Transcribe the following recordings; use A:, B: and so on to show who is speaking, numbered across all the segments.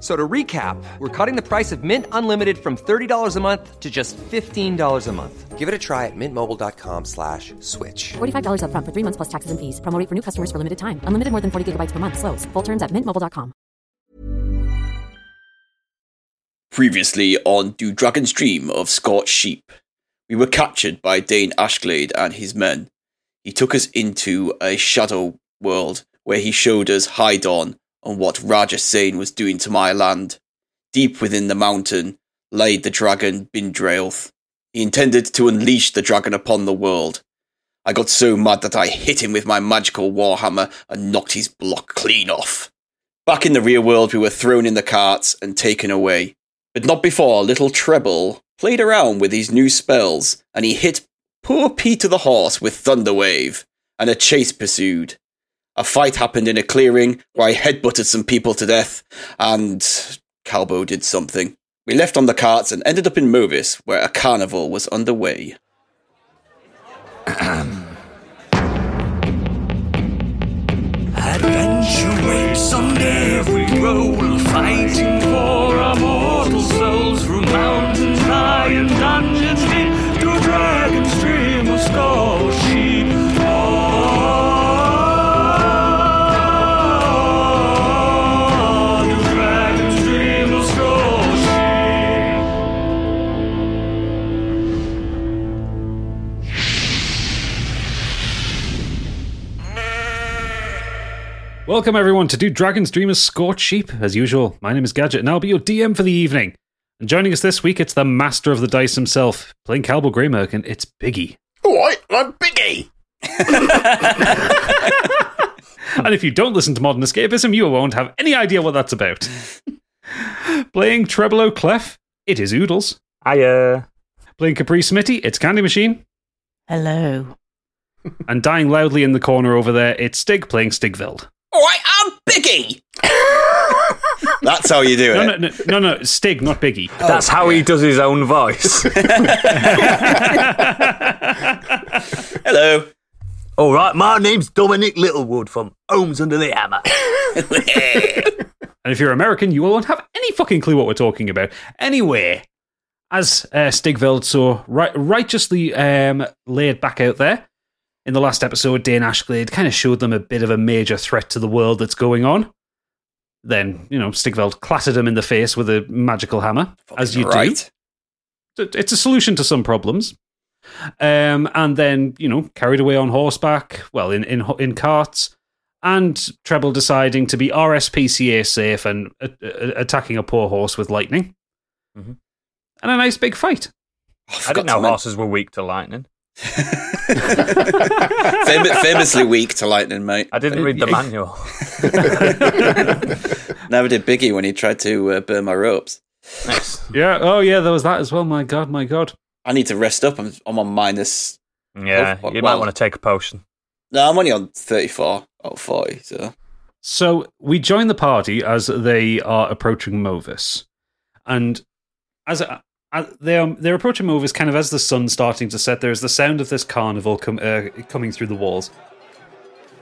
A: So to recap, we're cutting the price of Mint Unlimited from $30 a month to just $15 a month. Give it a try at mintmobile.com slash switch.
B: $45 up front for three months plus taxes and fees. Promote for new customers for limited time. Unlimited more than 40 gigabytes per month. Slows. Full terms at mintmobile.com.
C: Previously on Do Dragons Dream of Scorched Sheep, we were captured by Dane Ashglade and his men. He took us into a shadow world where he showed us High Dawn and what Raja Sane was doing to my land. Deep within the mountain lay the dragon Bindrailth. He intended to unleash the dragon upon the world. I got so mad that I hit him with my magical warhammer and knocked his block clean off. Back in the real world, we were thrown in the carts and taken away. But not before little Treble played around with his new spells, and he hit poor Peter the horse with Thunderwave, and a chase pursued. A fight happened in a clearing where I headbutted some people to death, and Calbo did something. We left on the carts and ended up in Movis, where a carnival was underway.
D: Adventure waits someday if we roll, fighting for our mortal souls through mountains high and dungeons deep, through dragon stream of skull sheep. Oh, through dragon stream of skull sheep.
E: Welcome everyone to Do Dragons Dream of Scorched Sheep. As usual, my name is Gadget and I'll be your DM for the evening. And joining us this week, it's the master of the dice himself, playing Calbo Greymerk, and it's Biggie.
F: Alright, I'm Biggie.
E: And if you don't listen to Modern Escapism, you won't have any idea what that's about. playing Trebolo Clef, it is Oodles.
G: Hiya.
E: Playing Capri Smitty, it's Candy Machine.
H: Hello.
E: And dying loudly in the corner over there, it's Stig playing Stigveld.
C: Alright, I'm Biggie! That's how you do it. Oh,
E: No, no, no, no, no, Stig, not Biggie.
G: That's how he does his own voice.
C: Hello.
G: All right, my name's Dominic Littlewood from Ohms Under the Hammer.
E: And if you're American, you won't have any fucking clue what we're talking about. Anyway, as uh, Stigveld so ri- righteously um, laid back out there in the last episode, Dane Ashglade kind of showed them a bit of a major threat to the world that's going on. Then, you know, Stigveld clattered him in the face with a magical hammer, as you do.
C: right.
E: It- It's a solution to some problems. Um, and then, you know, carried away on horseback, well, in, in, ho- in carts and Treble deciding to be RSPCA safe and uh, uh, attacking a poor horse with lightning. Mm-hmm. And a nice big fight.
G: I
C: forgot
G: didn't
C: to
G: know
C: men-
G: horses were weak to lightning.
C: Fam- famously weak to lightning, mate.
G: I didn't read the manual.
C: Never did Biggie when he tried to uh, burn my ropes.
E: Yeah. Oh, yeah, there was that as well. My God, my God.
C: I need to rest up. I'm, I'm on minus.
G: Yeah,
C: Oh,
G: you
C: well-
G: might want to take a potion.
C: No, I'm only on 34 or 40. So
E: So we join the party as they are approaching Movis. And as, as they are, they're approaching Movis kind of as the sun's starting to set, there is the sound of this carnival com- uh, coming through the walls.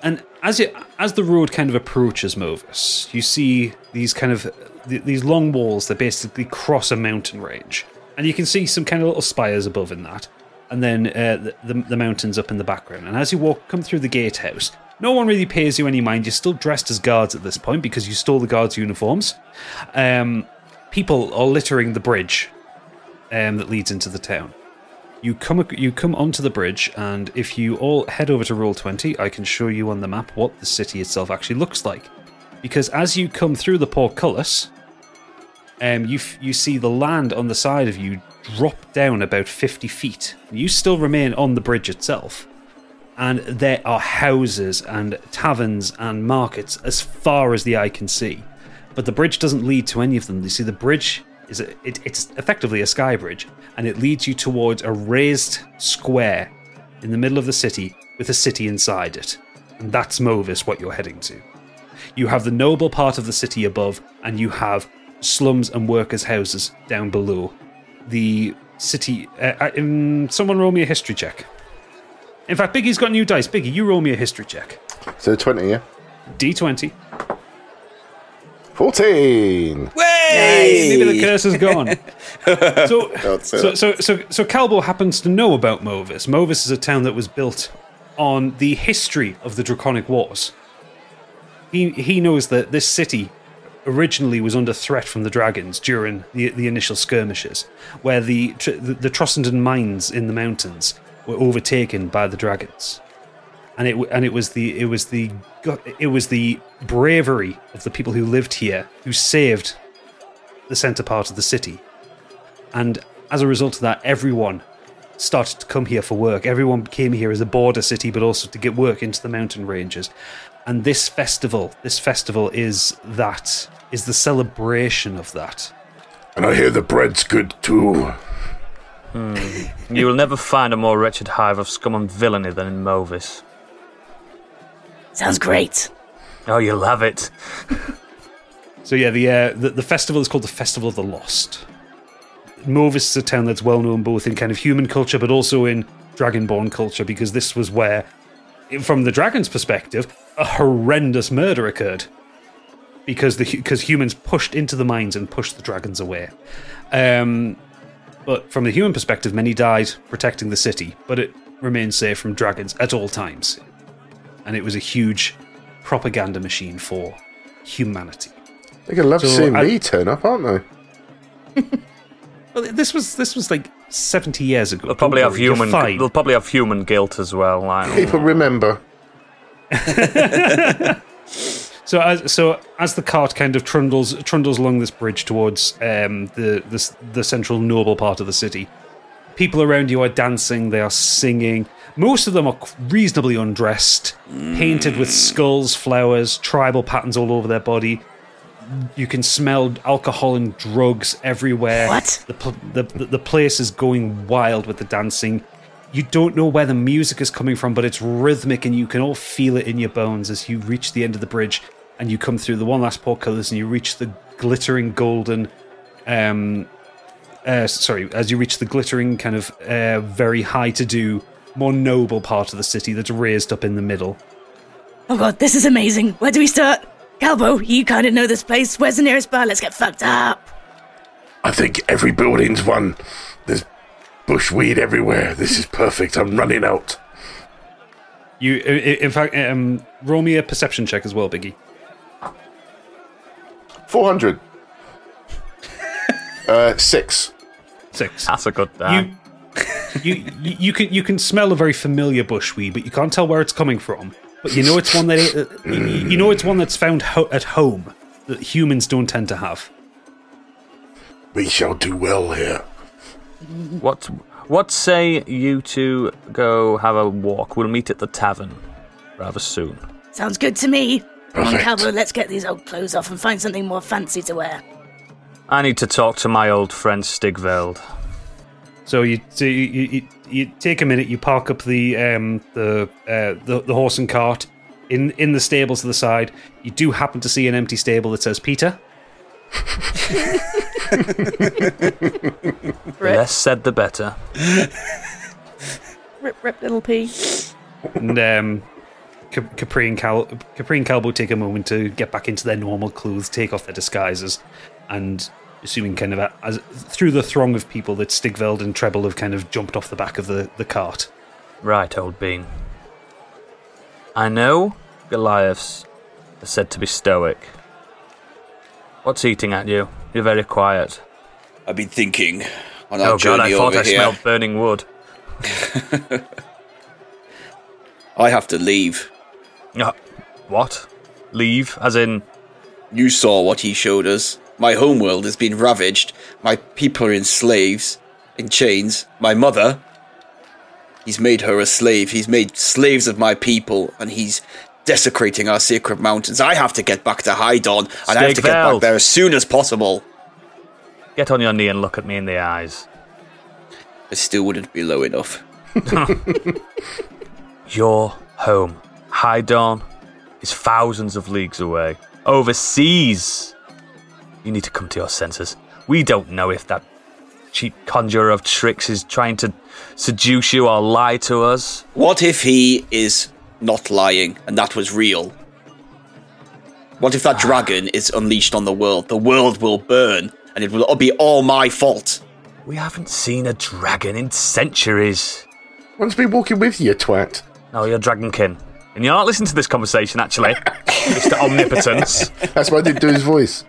E: and as it as the road kind of approaches Movis, you see these kind of th- these long walls that basically cross a mountain range, and you can see some kind of little spires above in that, and then uh, the, the the mountains up in the background. And as you walk come through the gatehouse, No one really pays you any mind. You're still dressed as guards at this point because you stole the guards' uniforms. Um, people are littering the bridge um, that leads into the town. You come ac- you come onto the bridge, and if you all head over to Rule Twenty, I can show you on the map what the city itself actually looks like. Because as you come through the portcullis, um, you f- you see the land on the side of you drop down about fifty feet. You still remain on the bridge itself, and there are houses and taverns and markets as far as the eye can see. But the bridge doesn't lead to any of them. You see, the bridge is a, it, it's effectively a sky bridge, and it leads you towards a raised square in the middle of the city with a city inside it, and that's Movis, what you're heading to. You have the noble part of the city above, and you have slums and workers' houses down below. The city. Uh, uh, um, someone roll me a history check. In fact, Biggie's got new dice. Biggie, you roll me a history check.
H: So 20, yeah?
E: D20.
H: 14!
C: Way!
E: Maybe the curse is gone. so,
H: Don't say
E: so,
H: that.
E: so, so, so Calbo happens to know about Movis. Movis is a town that was built on the history of the Draconic Wars. He, he knows that this city originally was under threat from the dragons during the, the initial skirmishes, where the, tr- the, the Trossenden mines in the mountains were overtaken by the dragons. And it, w- and it was the it was the gu- it was the bravery of the people who lived here who saved the center part of the city. And as a result of that, everyone started to come here for work. Everyone came here as a border city, but also to get work into the mountain ranges. And this festival, this festival is that, is the celebration of that.
H: And I hear the bread's good too.
I: Hmm. You will never find a more wretched hive of scum and villainy than in Movis.
F: Sounds great.
I: Oh, you'll love it.
E: So yeah, the, uh, the the festival is called the Festival of the Lost. Movis is a town that's well known both in kind of human culture, but also in Dragonborn culture, because this was where, from the dragon's perspective, a horrendous murder occurred. Because the because humans pushed into the mines and pushed the dragons away. Um, but from the human perspective, many died protecting the city, but it remained safe from dragons at all times, and it was a huge propaganda machine for humanity.
H: They're going to love
E: So uh,
H: seeing
E: I-
H: me turn up, aren't they?
E: Well, this was this was like seventy years ago.
I: They'll probably
E: Don't
I: have
E: worry, you're
I: human.
E: fine.
I: They'll probably have human guilt as well. Like,
H: People remember.
E: So as so as the cart kind of trundles trundles along this bridge towards um, the, the s- the central noble part of the city, people around you are dancing. They are singing. Most of them are qu- reasonably undressed,
I: Mm.
E: painted with skulls, flowers, tribal patterns all over their body. You can smell alcohol and drugs everywhere.
F: What?
E: The, pl- the, the, the place is going wild with the dancing. You don't know where the music is coming from, but it's rhythmic and you can all feel it in your bones as you reach the end of the bridge and you come through the one last portcullis and you reach the glittering golden. Um, uh, sorry, as you reach the glittering kind of uh, very high to do, more noble part of the city that's raised up in the middle.
F: Oh god, this is amazing. Where do we start? Calbo, you kind of know this place. Where's the nearest bar? Let's get fucked up.
H: I think every building's one. There's bush weed everywhere. This is perfect. I'm running out.
E: You, i- i- in fact, um, roll me a perception check as well, Biggie.
H: 400. uh, six.
E: Six.
I: that's a good time.
E: you, you, you you can you can smell a very familiar bushweed, but you can't tell where it's coming from. But you know it's one that uh, you- you know it's one that's found ho- at home that humans don't tend to have.
H: We shall do well here.
I: What what say you two go have a walk? We'll meet at the tavern rather soon.
F: Sounds good to me. Come on,
H: Perfect.
F: Calbo, let's get these old clothes off and find something more fancy to wear.
I: I need to talk to my old friend Stigveld.
E: So you so you, you, you, you take a minute, you park up the um, the, uh, the the horse and cart in in the stables to the side. You do happen to see an empty stable that says Peter.
I: The less said the better.
J: Rip, rip, little pea.
E: and um, Cap- Capri and Cal- Capri and Calbo take a moment to get back into their normal clothes, take off their disguises, and assuming kind of a, as through the throng of people that Stigveld and Treble have kind of jumped off the back of the, the cart.
I: Right, old bean. I know Goliaths are said to be stoic. What's eating at you? You're very quiet.
C: I've been thinking on our
I: Oh god, I
C: journey
I: thought
C: over
I: I
C: here.
I: smelled burning wood.
C: I have to leave.
I: Ah. what? Leave? As in?
C: You saw what he showed us. My homeworld has been ravaged. My people are in slaves, in chains. My mother. He's made her a slave. He's made slaves of my people, and he's desecrating our sacred mountains. I have to get back to High Dawn, and I have to get back
I: Stegveld.
C: there as soon as possible.
I: Get on your knee and look at me in the eyes.
C: It still wouldn't be low enough.
I: Your home, High Dawn, is thousands of leagues away, overseas. You need to come to your senses. We don't know if that cheap conjurer of tricks is trying to seduce you or lie to us.
C: What if he is not lying and that was real? What
I: Ah.
C: if that dragon is unleashed on the world? The world will burn and it will be all my fault.
I: We haven't seen a dragon in centuries.
H: One's been walking with you, twat.
I: No, you're dragonkin. And you're not listening to this conversation, actually, Mr. Omnipotence.
H: That's why I didn't do his voice.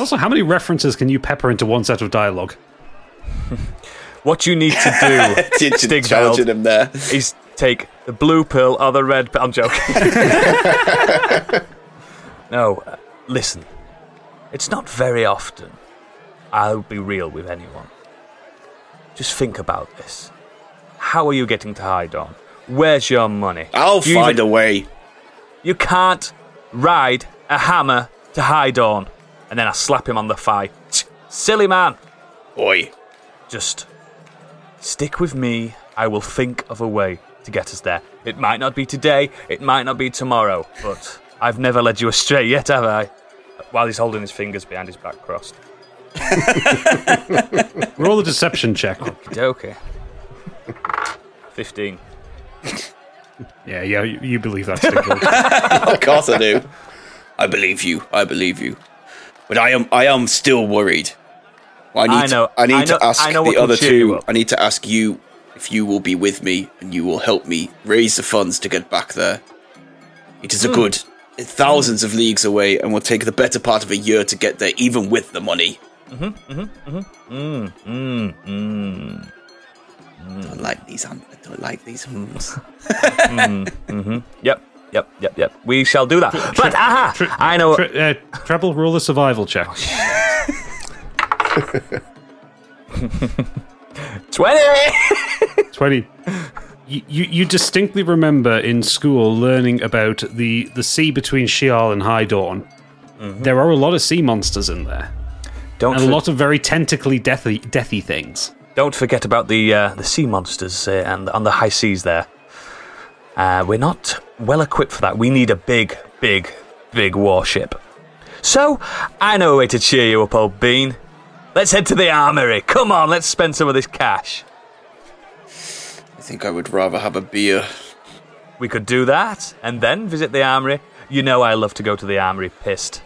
E: Also, how many references can you pepper into one set of dialogue?
I: What you need to do,
C: Did you
I: Stigveld,
C: challenging him there?
I: is take the blue pill or the red pill. I'm joking. no, uh, listen. It's not very often I'll be real with anyone. Just think about this. How are you getting to High Dawn? Where's your money?
C: I'll
I: Do you
C: find
I: even-
C: a way.
I: You can't ride a hammer to High Dawn. And then I slap him on the thigh. Tch, Silly man!
C: Oi.
I: Just stick with me. I will think of a way to get us there. It might not be today, it might not be tomorrow, but I've never led you astray yet, have I? While he's holding his fingers behind his back crossed.
E: Roll a deception check.
I: Okey-dokey. 15.
E: Yeah, yeah, you, you believe that, Stigveld.
C: Of course I do. I believe you. I believe you. But I am I am still worried. I need
I: I know-
C: I need
I: I know-
C: to ask
I: I know what
C: the
I: can
C: other
I: cheer you
C: two.
I: up.
C: I need to ask you if you will be with me and you will help me raise the funds to get back there. It is a
I: Hmm.
C: good thousands of leagues away and will take the better part of a year to get there even with the money.
I: Mm-hmm, Mmm, mmm, mmm. mm.
C: I don't like these um, I don't like these hums.
I: Mm, mm-hmm. Yep, yep, yep, yep. We shall do that. But aha! I know.
E: Tre- uh, treble, roll a survival check.
I: 20!
E: 20 you, you you distinctly remember in school learning about the the sea between Shial and High Dawn there are a lot of sea monsters in there
I: Mm-hmm. Don't,
E: and a
I: for-
E: lot of very tentacly deathy deathy things
I: Don't forget about the uh, the sea monsters uh, and on the high seas there. Uh, we're not well equipped for that. We need a big, big, big warship. So I know a way to cheer you up, old bean. Let's head to the armory. Come on, let's spend some of this cash.
C: I think I would rather have a beer.
I: We could do that and then visit the armory. You know I love to go to the armory pissed.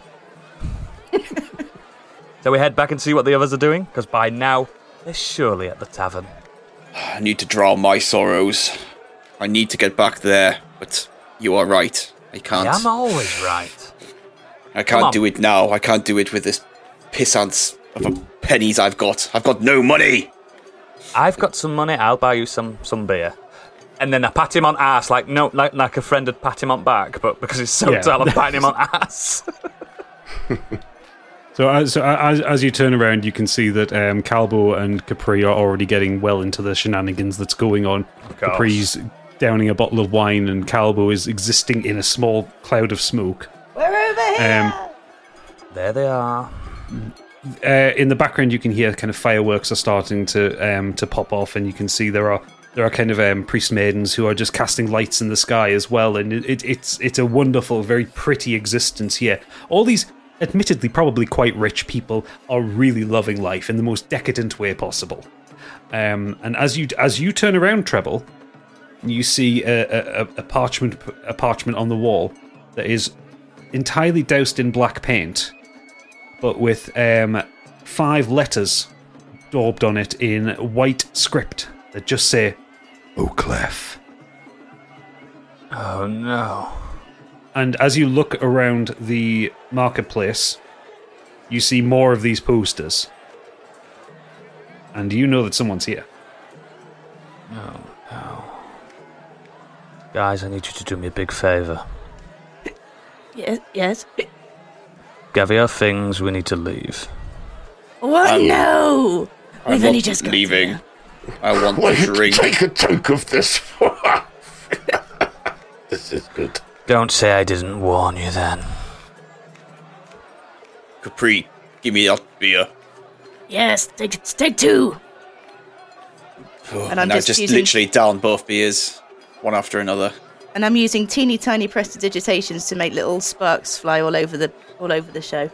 I: so we head back and see what the others are doing, because by now they're surely at the tavern.
C: I need to drown my sorrows. I need to get back there, but you are right. I can't.
I: I'm always right.
C: I
I: Come on.
C: can't do it now. I can't do it with this pissance of a pennies I've got. I've got no money.
I: I've got some money. I'll buy you some some beer. And then I pat him on ass like no, like like a friend had pat him on back, but because he's so
E: Yeah.
I: tall, I'm patting him on ass.
E: so as so uh, as, as you turn around you can see that um, Calbo and Capri are already getting well into the shenanigans that's going on
I: gosh.
E: Capri's downing a bottle of wine and Calbo is existing in a small cloud of smoke
F: We're over here.
E: um,
I: there they are.
E: uh, in the background, you can hear kind of fireworks are starting to um, to pop off, and you can see there are there are kind of um, priest maidens who are just casting lights in the sky as well, and it, it, it's it's a wonderful, very pretty existence here. All these admittedly probably quite rich people are really loving life in the most decadent way possible. Um, and as you as you turn around, Treble, you see a, a, a parchment a parchment on the wall that is entirely doused in black paint but with um, five letters daubed on it in white script that just say O'Clef.
I: Oh no!
E: And as you look around the marketplace, you see more of these posters. And you know that someone's here.
I: No, Oh, no. Guys, I need you to do me a big favour.
F: Yes, yes.
I: Gather your things, we need to leave.
F: What?
I: Um,
F: Oh, no!
I: I'm
F: We've
I: not
F: only just got.
C: leaving. I want
H: Well,
C: the drink.
H: Take a toke of this. this is good.
I: Don't say I didn't warn you then.
C: Capri, give me that beer.
F: Yes, take, take two!
C: and
F: I'm
C: I
F: just
C: just,
F: using-
C: literally down both beers, one after another.
J: And I'm using teeny tiny prestidigitations to make little sparks fly all over the all over the show.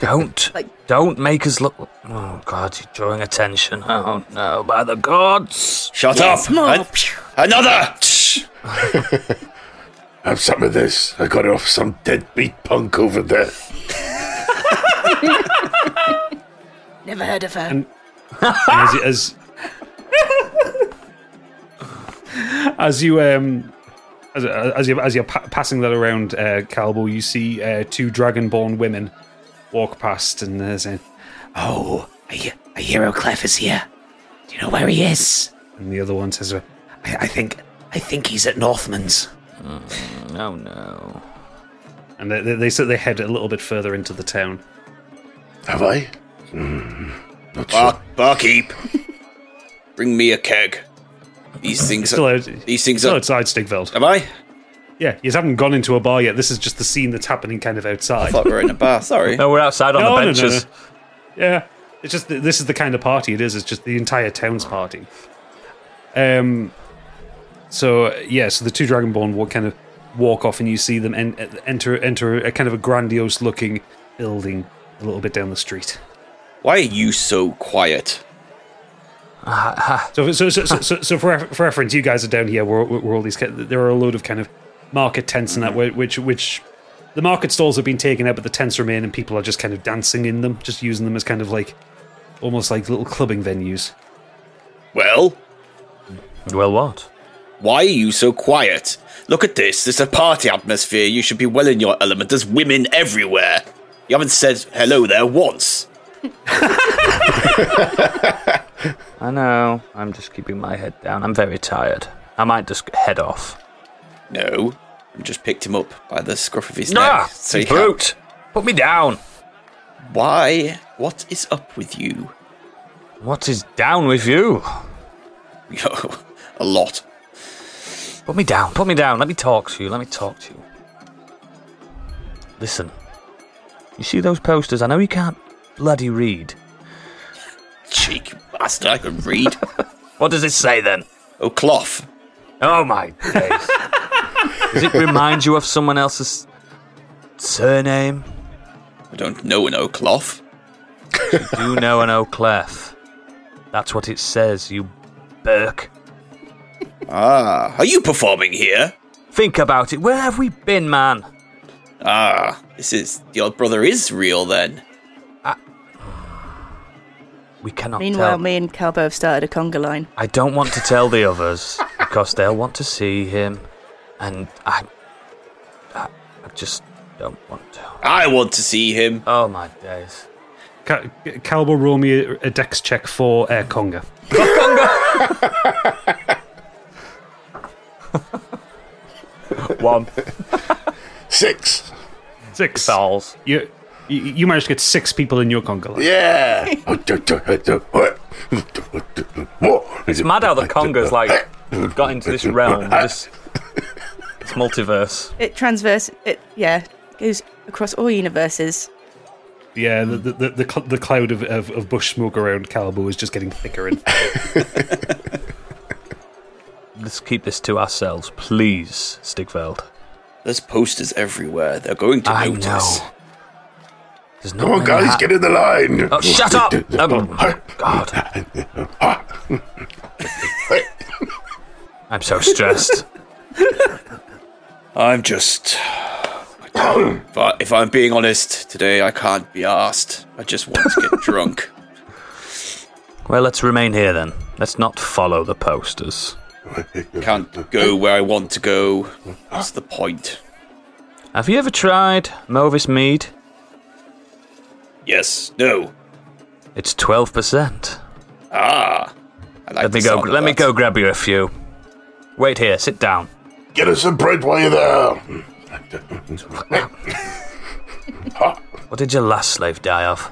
I: Don't. don't make us look. Oh, God, you're drawing attention. Oh, no, by the gods.
C: Shut
J: Yes,
C: up!
J: more.
C: An- another!
H: Have some of this. I got it off some deadbeat punk over there.
F: Never heard of her.
E: And, and as, as as you um as, as you as you're pa- passing that around, uh, Calbo, you see uh, two dragonborn women walk past, and they're saying, "Oh, a, he- a hero Clef is here. Do you know where he is?" And the other one says, "I, I think I think he's at Northman's."
I: Oh no!
E: And they they, they, so they head a little bit further into the town.
H: Have I? Mm,
C: Bar- barkeep, bring me a keg. These things
E: Still
C: are.
E: out-
C: These things
E: still
C: are.
E: outside Stigveld.
C: Am I?
E: Yeah, you haven't gone into a bar yet. This is just the scene that's happening kind of outside.
C: I thought we were in a bar. Sorry.
I: No, we're outside on
E: No,
I: the
E: no, no,
I: benches.
E: no. Yeah, it's just th- this is the kind of party it is. It's just the entire town's party. Um. So yeah, so the two dragonborn walk kind of walk off, and you see them en- enter enter a kind of a grandiose looking building a little bit down the street.
C: Why are you so quiet?
E: So so so so, so, so for, ref- for reference, you guys are down here. We're, we're all these. ki- There are a load of kind of market tents and that, whi- which which the market stalls have been taken out, but the tents remain, and people are just kind of dancing in them, just using them as kind of like almost like little clubbing venues.
C: Well,
I: Well, what?
C: why are you so quiet? Look at this. This is a party atmosphere. You should be well in your element. There's women everywhere. You haven't said hello there once.
I: I know. I'm just keeping my head down. I'm very tired. I might just head off.
C: No. I just picked him up by the scruff of his
I: Nah,
C: neck. So he
I: Ah, brute! Put me down.
C: Why? What is up with you?
I: What is down with you?
C: a lot.
I: Put me down. Put me down. Let me talk to you. Let me talk to you. Listen. You see those posters? I know you can't bloody read.
C: Cheek bastard, I can read.
I: What does it say then?
C: Oh, cloth.
I: Oh my days. does it remind you of someone else's surname?
C: I don't know an O'Cloth.
I: You know an O'Clef. That's what it says, you Burke.
C: Ah, are you performing here?
I: Think about it. Where have we been, man?
C: Ah, this is your brother is real then.
I: We cannot
J: Meanwhile,
I: tell.
J: me and Calbo have started a conga line.
I: I don't want to tell the others because they'll want to see him, and I, I, I just don't want to.
C: I want to see him.
I: Oh my days!
E: Ca- Calbo, roll me a, a dex check for uh, Conga.
I: One
H: Six.
E: Six.
I: fouls.
E: You, you you managed to get six people in your Conga. line.
H: Yeah.
I: It's mad how the conga's like got into this realm. This, it's multiverse.
J: It transverse. It yeah goes across all universes.
E: Yeah,
I: Hmm.
E: the the, the, the, cl- the cloud of, of, of bush smoke around Calbo is just getting thicker and
I: Let's keep this to ourselves, please, Stigveld.
C: There's posters everywhere. They're going to
I: I
C: notice.
I: know. There's not
H: Come on,
I: many
H: guys,
I: ha-
H: get in the line.
I: Oh, shut up! Oh, God. I'm so stressed.
C: I'm just. But if I'm being honest, today I can't be asked. I just want to get drunk.
I: Well, let's remain here then. Let's not follow the posters.
C: Can't go where I want to go. What's the point?
I: Have you ever tried Movis Mead?
C: Yes. No.
I: It's 12%.
C: Ah. I like
I: let
C: the
I: me go
C: sound of
I: let me
C: that.
I: go grab you a few. Wait here, sit down.
H: Get us some bread while you're there.
I: What did your last slave die of?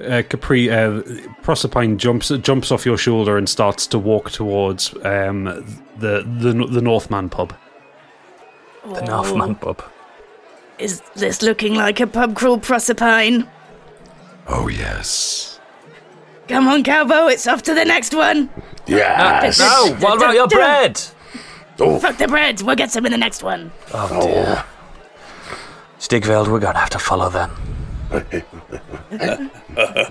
E: Uh, Capri, uh, Proserpine jumps jumps off your shoulder and starts to walk towards um, the the the Northman pub.
I: The Northman pub.
F: Oh, Is this looking like a pub crawl, Proserpine?
H: Oh, yes.
F: Come on, Calvo, it's off to the next one.
H: Yes.
F: No, what about your bread?
H: Oh,
F: Fuck the bread, we'll get some in the next one.
I: Oh dear. Stigveld, we're gonna have to follow them.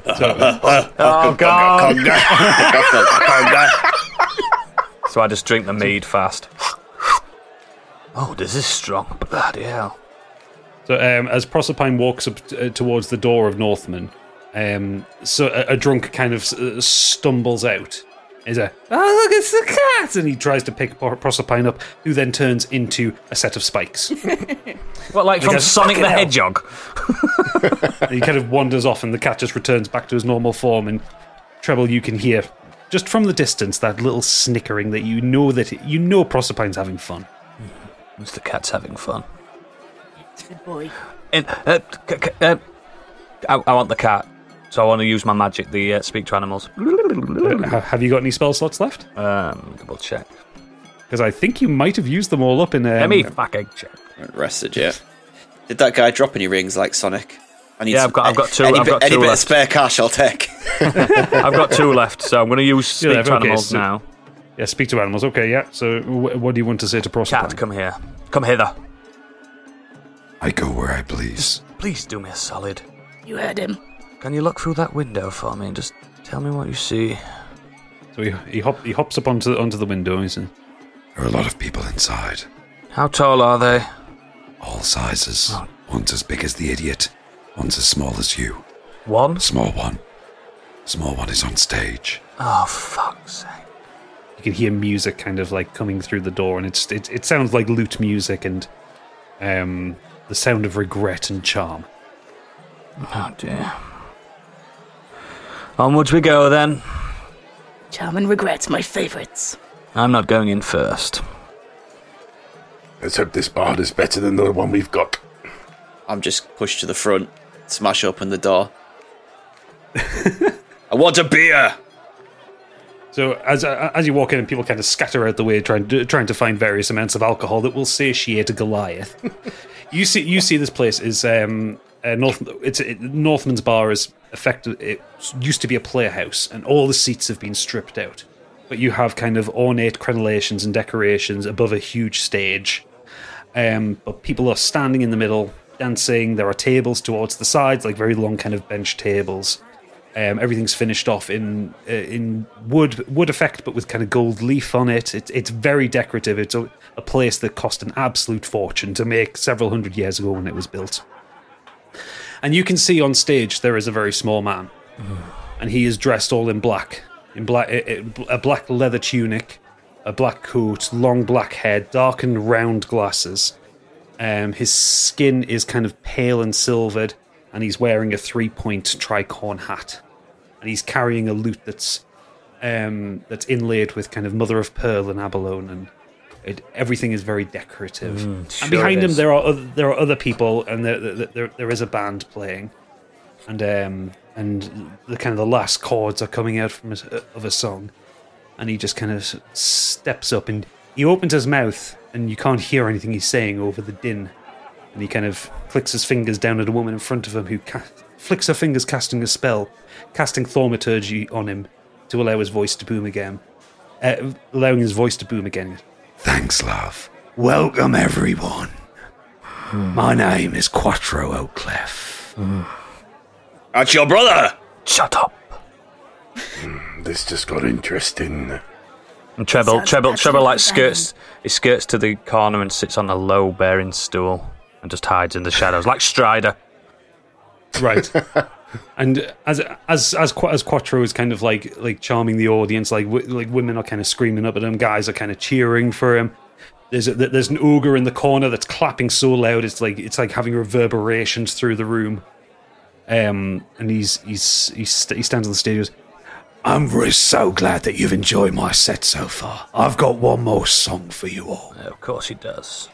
H: oh God.
I: So I just drink the mead fast. Oh, this is strong. Bloody hell.
E: So um, as Proserpine walks up t- uh, towards the door of Northman, um, so a, a drunk kind of s- uh, stumbles out. Is a oh look, it's the cat, and he tries to pick Pro- Proserpine up, who then turns into a set of spikes.
I: What, like
E: Like
I: from
E: a
I: Sonic the
E: fucking hell.
I: Hedgehog?
E: And he kind of wanders off, and the cat just returns back to his normal form. And Treble, you can hear just from the distance that little snickering that you know that you know Proserpine's having fun.
I: Mr. Cat's having fun.
F: Good boy.
I: And, uh, c- c- uh, I, I want the cat, so I want to use my magic, the uh, speak to animals.
E: Uh, Ha- Have you got any spell slots left?
I: Um, double check.
E: Because I think you might have used them all up in. Um,
I: Let me fucking check.
C: Rested yet? Did that guy drop any rings like Sonic? I need
I: Yeah,
C: some-
I: I've got- I've got two-
C: Any,
I: I've
C: bit-
I: got
C: any
I: two
C: bit
I: left.
C: of spare cash, I'll take.
I: I've got two left, so I'm going to use
E: Yeah,
I: speak to
E: okay,
I: animals
E: so-
I: now.
E: Yeah, speak to animals. Okay, yeah. So, wh- what do you want to say to Proserpine?
I: Cat, come here. Come hither.
H: I go where I please.
I: Please do me a solid.
F: You heard him.
I: Can you look through that window for me and just tell me what you see?
E: So he, he, hop, he hops up onto the, onto the window. And he says,
H: There are a lot of people inside.
I: How tall are they?
H: All sizes. One's as big as the idiot. One's as small as you.
I: One?
H: Small one. Small one is on stage.
I: Oh, fuck's sake.
E: you can hear music kind of like coming through the door, and it's it, it sounds like lute music and um, the sound of regret and charm.
I: Oh, dear. Onwards we go then.
F: Charm and regret, my favourites.
I: I'm not going in first.
H: Let's hope this bard is better than the one we've got.
C: I'm just pushed to the front. Smash open the door. I want a beer.
E: So as as you walk in, and people kind of scatter out the way, trying to, trying to find various amounts of alcohol that will satiate a Goliath. you see, you see, this place is um, uh, North. It's it, Northman's Bar is effective. It used to be a playhouse, and all the seats have been stripped out. But you have kind of ornate crenellations and decorations above a huge stage. Um, but people are standing in the middle, dancing. There are tables towards the sides, like very long kind of bench tables. Um, everything's finished off in uh, in wood wood effect, but with kind of gold leaf on it. It's it's very decorative. It's a, a place that cost an absolute fortune to make several hundred years ago when it was built. And you can see on stage there is a very small man, and he is dressed all in black, in black a a- a black leather tunic, a black coat, long black hair, darkened round glasses. Um, his skin is kind of pale and silvered, and he's wearing a three-point tricorn hat, and he's carrying a lute that's um, that's inlaid with kind of mother of pearl and abalone, and it, everything is very decorative.
I: Mm, sure
E: and behind
I: it
E: him,
I: is.
E: there are other, there are other people, and there, there, there, there is a band playing, and um, and the kind of the last chords are coming out from his, of a song, and he just kind of s- steps up and he opens his mouth and you can't hear anything he's saying over the din and he kind of clicks his fingers down at a woman in front of him who ca- flicks her fingers casting a spell casting thaumaturgy on him to allow his voice to boom again uh, allowing his voice to boom again
H: Thanks, love. Welcome, everyone. My name is Quattro Oakclef.
C: That's your brother.
I: Shut up.
H: This just got interesting.
I: And Treble,
F: Sounds
I: Treble, Treble like
F: absolutely
I: skirts, he skirts to the corner and sits on a low bearing stool and just hides in the shadows like Strider.
E: right and as as as Qua- as quattro is kind of like like charming the audience like w- like women are kind of screaming up at him guys are kind of cheering for him There's a, there's an ogre in the corner that's clapping so loud it's like it's like having reverberations through the room. Um, and he's he's he's st- he stands on the stage. and goes,
K: I'm really so glad that you've enjoyed my set so far. I've got one more song for you all.
I: Of course he does.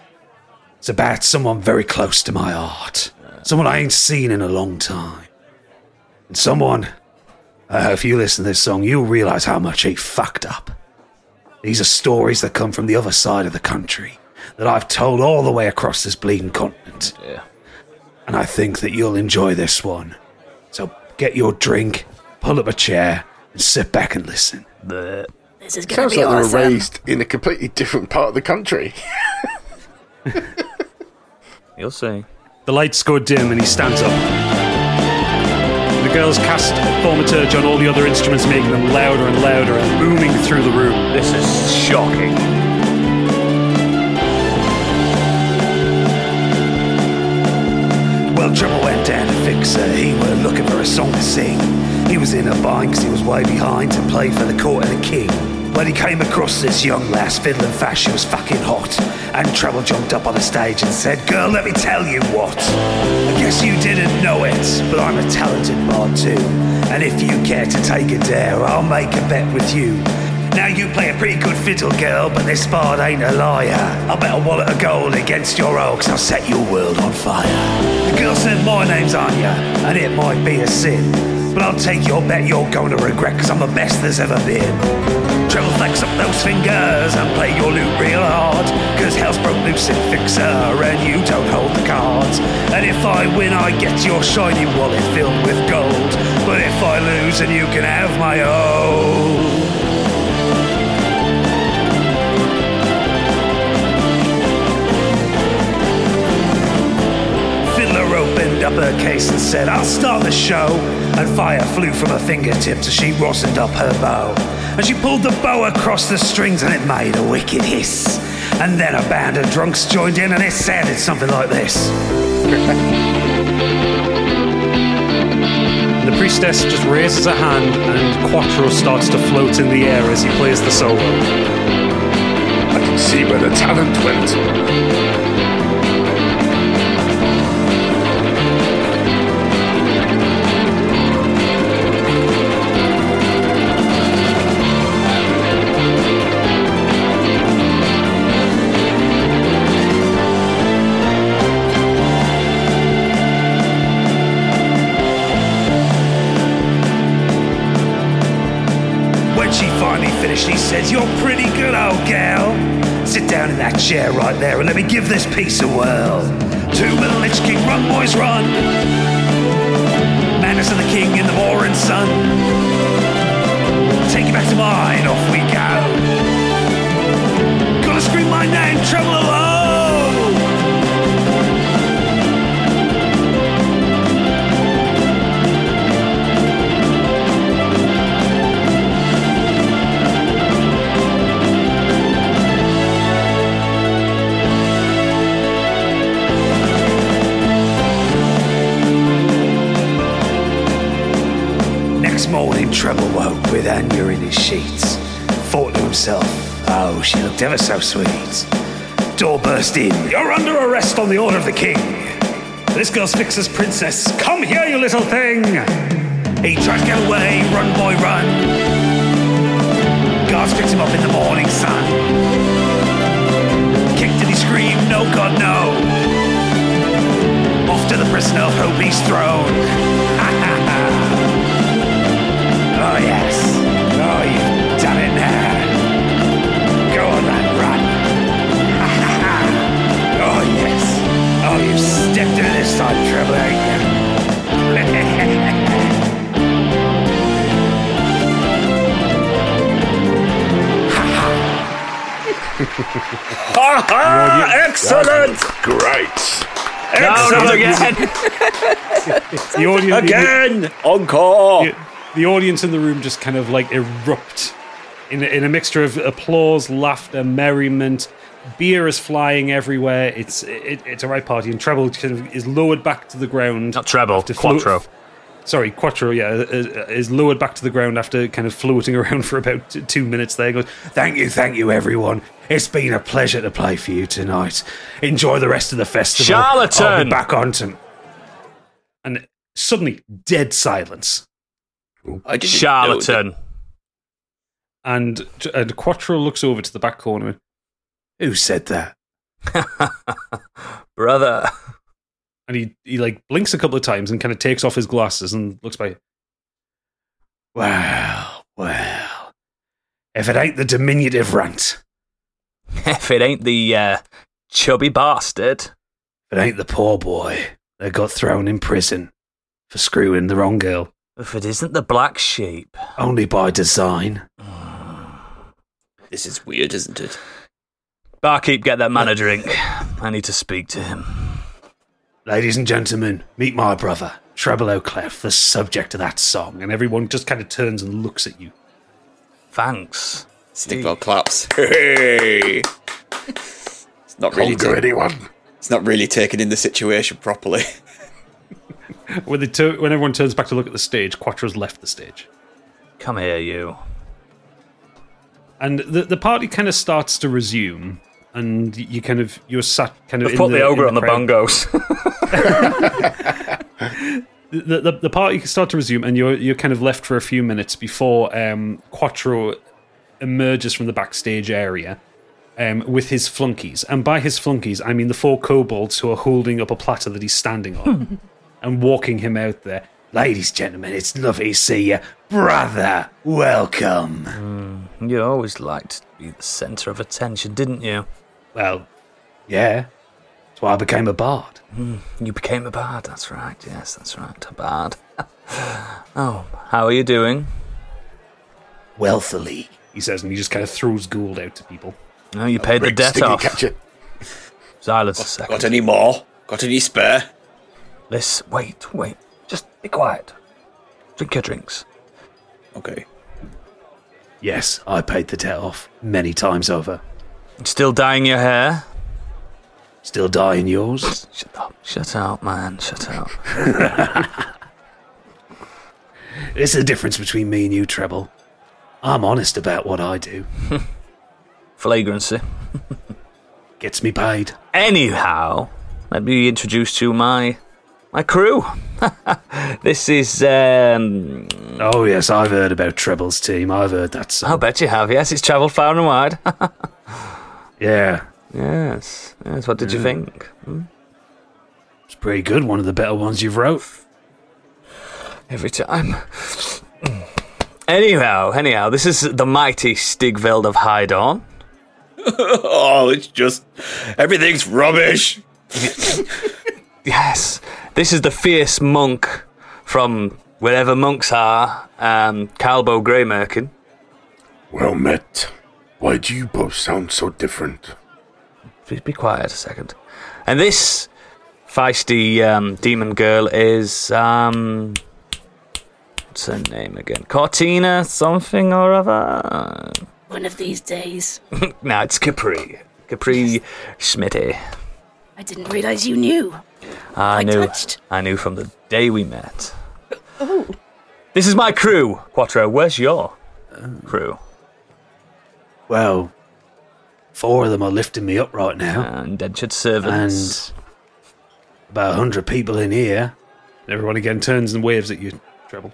K: It's about someone very close to my heart. Someone I ain't seen in a long time. And someone, uh, if you listen to this song, you'll realise how much he fucked up. These are stories that come from the other side of the country that I've told all the way across this bleeding continent. And I think that you'll enjoy this one. So get your drink, pull up a chair, and sit back and listen.
F: This is going
H: Sounds
F: to be
H: like
F: awesome.
H: they were raised in a completely different part of the country.
I: You'll see.
E: The lights go dim and he stands up. The girls cast thaumaturge on all the other instruments, making them louder and louder and booming through the room.
I: This is shocking.
K: Well, Trouble went down to Fixer. He were looking for a song to sing. He was in a bind 'cause he was way behind to play for the court and the king. When he came across this young lass, fiddling fast, she was fucking hot. And Trouble jumped up on the stage and said, Girl, let me tell you what. I guess you didn't know it, but I'm a talented bard too. And if you care to take a dare, I'll make a bet with you. Now you play a pretty good fiddle, girl, but this bard ain't a liar. I'll bet a wallet of gold against your oaks, I'll set your world on fire. The girl said, My name's Anya, and it might be a sin, but I'll take your bet you're gonna regret, cause I'm the best there's ever been. Treble flex up those fingers and play your loot real hard, cause hell's broke loose in Fixer, and you don't hold the cards. And if I win, I get your shiny wallet filled with gold, but if I lose, then you can have my own. Fiddler opened up her case and said, I'll start the show. And fire flew from her fingertips as she rosined up her bow. And she pulled the bow across the strings and it made a wicked hiss. And then a band of drunks joined in and it sounded something like this.
E: And the priestess just raises a hand and Quattro starts to float in the air as he plays the solo.
H: I can see where the talent went.
K: When she finally finished, he says, You're pretty good, old gal. Sit down in that chair right there and let me give this piece a whirl. Two little Lich King, run, boys, run. Manners of the King in the roaring sun. Take you back to mine, off we go. Gonna scream my name, trouble alone. Next morning, Trevor woke with Anya in his sheets. Thought to himself, oh, she looked ever so sweet. Door burst in. You're under arrest on the order of the king. This girl's Fixer's princess. Come here, you little thing. He tried to get away. Run, boy, run. Guards picked him up in the morning sun. Kicked and he screamed, no, God, no. Off to the prison of hope he's thrown. Oh, yes. Oh, you've done it now. Go on that run. oh, yes. Oh, you've stepped through this time, Trevor, ain't you?
C: Ah,
H: Excellent! Great.
E: Excellent. The audience again encore. The, the audience in the room just kind of like erupt in a- in a mixture of applause, laughter, merriment. Beer is flying everywhere. It's it, it's a right party, and treble kind of is lowered back to the ground. Not
I: treble,
E: after
I: quattro.
E: sorry, Quattro, yeah, is, is lowered back to the ground after kind of floating around for about t- two minutes there. He Goes,
K: Thank you, thank you, everyone. It's been a pleasure to play for you tonight. Enjoy the rest of the festival. I'll
E: Charlatan!
K: be back on to.
E: And suddenly, dead silence.
C: I didn't
I: Charlatan.
E: And, and Quattro looks over to the back corner and, Who said that?
I: Brother.
E: And he, he like blinks a couple of times and kind of takes off his glasses and looks back.
K: Well, well. If it ain't the diminutive runt,
I: if it ain't the uh, chubby bastard.
K: it ain't the poor boy that got thrown in prison for screwing the wrong girl.
I: If it isn't the black sheep.
K: Only by design.
C: This is weird, isn't it?
I: Barkeep, get that man a drink. I need to speak to him.
K: Ladies and gentlemen, meet my brother, Treble O'Clef, the subject of that song.
E: And everyone just kind of turns and looks at you.
I: Thanks.
C: Stigval claps. Hey! It's not really.
H: Conquer anyone.
C: It's not really taking in the situation properly.
E: When, they tur- when everyone turns back to look at the stage, Quattro's left the stage.
I: Come here, you.
E: And the, the party kind of starts to resume, and you kind of you're sat kind of.
I: They've
E: in
I: put the ogre
E: in
I: on the
E: crowd.
I: bongos.
E: The, the, the party start to resume, and you're you're kind of left for a few minutes before um, Quattro emerges from the backstage area um, with his flunkies, and by his flunkies I mean the four kobolds who are holding up a platter that he's standing
F: Hmm.
E: on and walking him out there.
K: Ladies, gentlemen, it's lovely to see you. Brother, welcome.
I: Mm, you always liked to be the centre of attention, didn't you?
K: Well, yeah. That's why I became a bard.
I: Mm, you became a bard, that's right. Yes, that's right. A bard. oh, how are you doing?
K: Wealthily.
E: He says, and he just kind of throws Gould out to people.
I: No, you paid the
H: Rick,
I: debt
H: sticky
I: off.
H: catcher.
I: Silence a second.
C: Got any more? Got any spare?
I: Liz, wait, wait. Just be quiet. Drink your drinks.
C: Okay.
K: Yes, I paid the debt off many times over.
I: Still dyeing your hair?
K: Still dying yours?
I: Shut up. Shut up, man. Shut up.
K: It's the difference between me and you, Treble. I'm honest about what I do.
I: Flagrancy.
K: Gets me paid.
I: Anyhow, let me introduce to my my crew. this is um
K: Oh, yes, I've heard about Treble's team. I've heard that song.
I: I'll bet you have, yes, it's travelled far and wide.
K: Yeah,
I: yes. Yes, what did you think?
K: it's pretty good. One of the better ones you've wrote.
I: Every time. anyhow, anyhow, this is the mighty Stigveld of Hydon.
C: oh, it's just everything's rubbish.
I: Yes, this is the fierce monk from wherever monks are, um, Calbo Greymerkin.
H: Well met. Why do you both sound so different?
I: Please be quiet a second. And this feisty um, demon girl is um, what's her name again? Cortina something or other.
F: One of these days.
I: no, it's Capri. Capri Smitty.
F: I didn't realise you knew.
I: I,
F: I
I: knew.
F: touched.
I: I knew from the day we met.
J: Oh.
I: This is my crew, Quattro. Where's your crew?
K: Well, four of them are lifting me up right now,
I: Uh, indentured servants.
K: about a 100 people in here.
E: Everyone again turns and waves at you, Treble.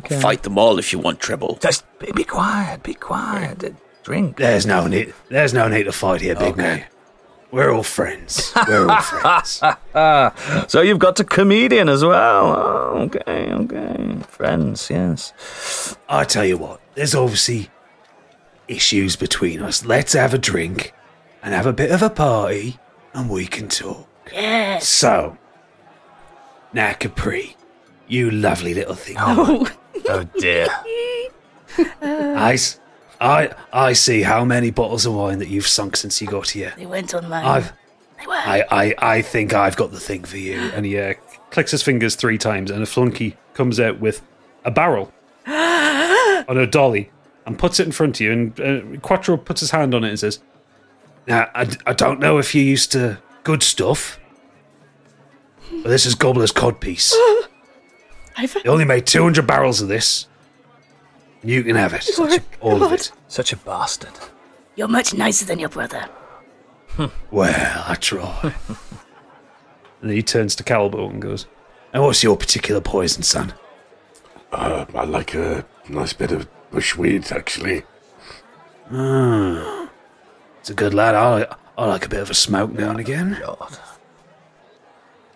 I: Okay.
C: Fight them all if you want treble.
I: Just be, be quiet. Be quiet. Uh, Drink.
K: There's no need. There's no need to fight here, big man. We're all friends. We're all friends.
I: So you've got a comedian as well. Oh, okay, okay. Friends, yes.
K: I tell you what. There's obviously issues between us. Let's have a drink and have a bit of a party, and we can talk.
F: Yes.
K: So, now Capri, you lovely little thing.
F: Oh.
I: Oh dear.
K: I, s- I, I see how many bottles of wine that you've sunk since you got here.
F: They went on mine.
K: I've,
F: they were.
K: I, I, I think I've got the thing for you.
E: and he uh, clicks his fingers three times, and a flunky comes out with a barrel on a dolly and puts it in front of you. And uh, Quattro puts his hand on it and says,
K: Now, I, d- I don't know if you're used to good stuff, but this is Gobbler's Codpiece.
J: Over?
D: They only made 200 barrels of this. And you can have it.
F: Oh,
J: You are a
D: All of
J: god.
D: it.
I: Such a bastard.
F: You're much nicer than your brother.
D: Well, I try. and he turns to Calbo and goes, And what's your particular poison, son?
H: Uh, I like a nice bit of bushweed, actually.
D: Ah, it's a good lad. I, I like a bit of a smoke now and again.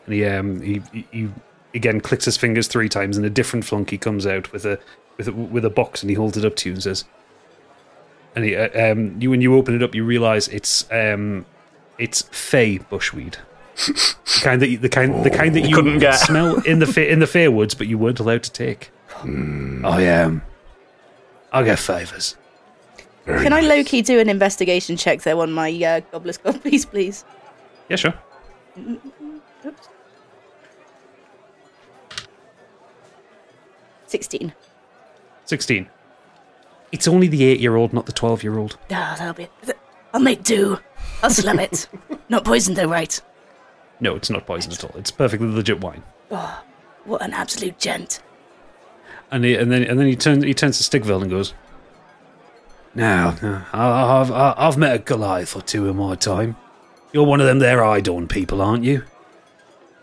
E: And he, um, he, he, he again clicks his fingers three times, and a different flunky comes out with a with a, with a box, and he holds it up to you and says, "And he, uh, um, you when you open it up, you realize it's um, it's fey bushweed." the kind that you, the kind the kind that you
I: Couldn't get.
E: smell in the fa- in the fair woods, but you weren't allowed to take.
D: Oh, yeah. um, I'll get favours.
J: Can I low key do an investigation check though on my uh, gobbler's copies, please?
E: Yeah, sure.
J: Oops. 16.
E: 16. It's only the 8 year old, not the 12 year old.
F: Ah, that'll be. th- I'll make do. I'll slum it. Not poisoned though, right?
E: No, it's not poison at all. It's perfectly legit wine.
F: Oh, what an absolute gent.
E: And, he, and then and then he turns he turns to Stigveld and goes,
D: Now, uh, I- I've, I- I've met a Goliath or two in my time. You're one of them there Idorn people, aren't you?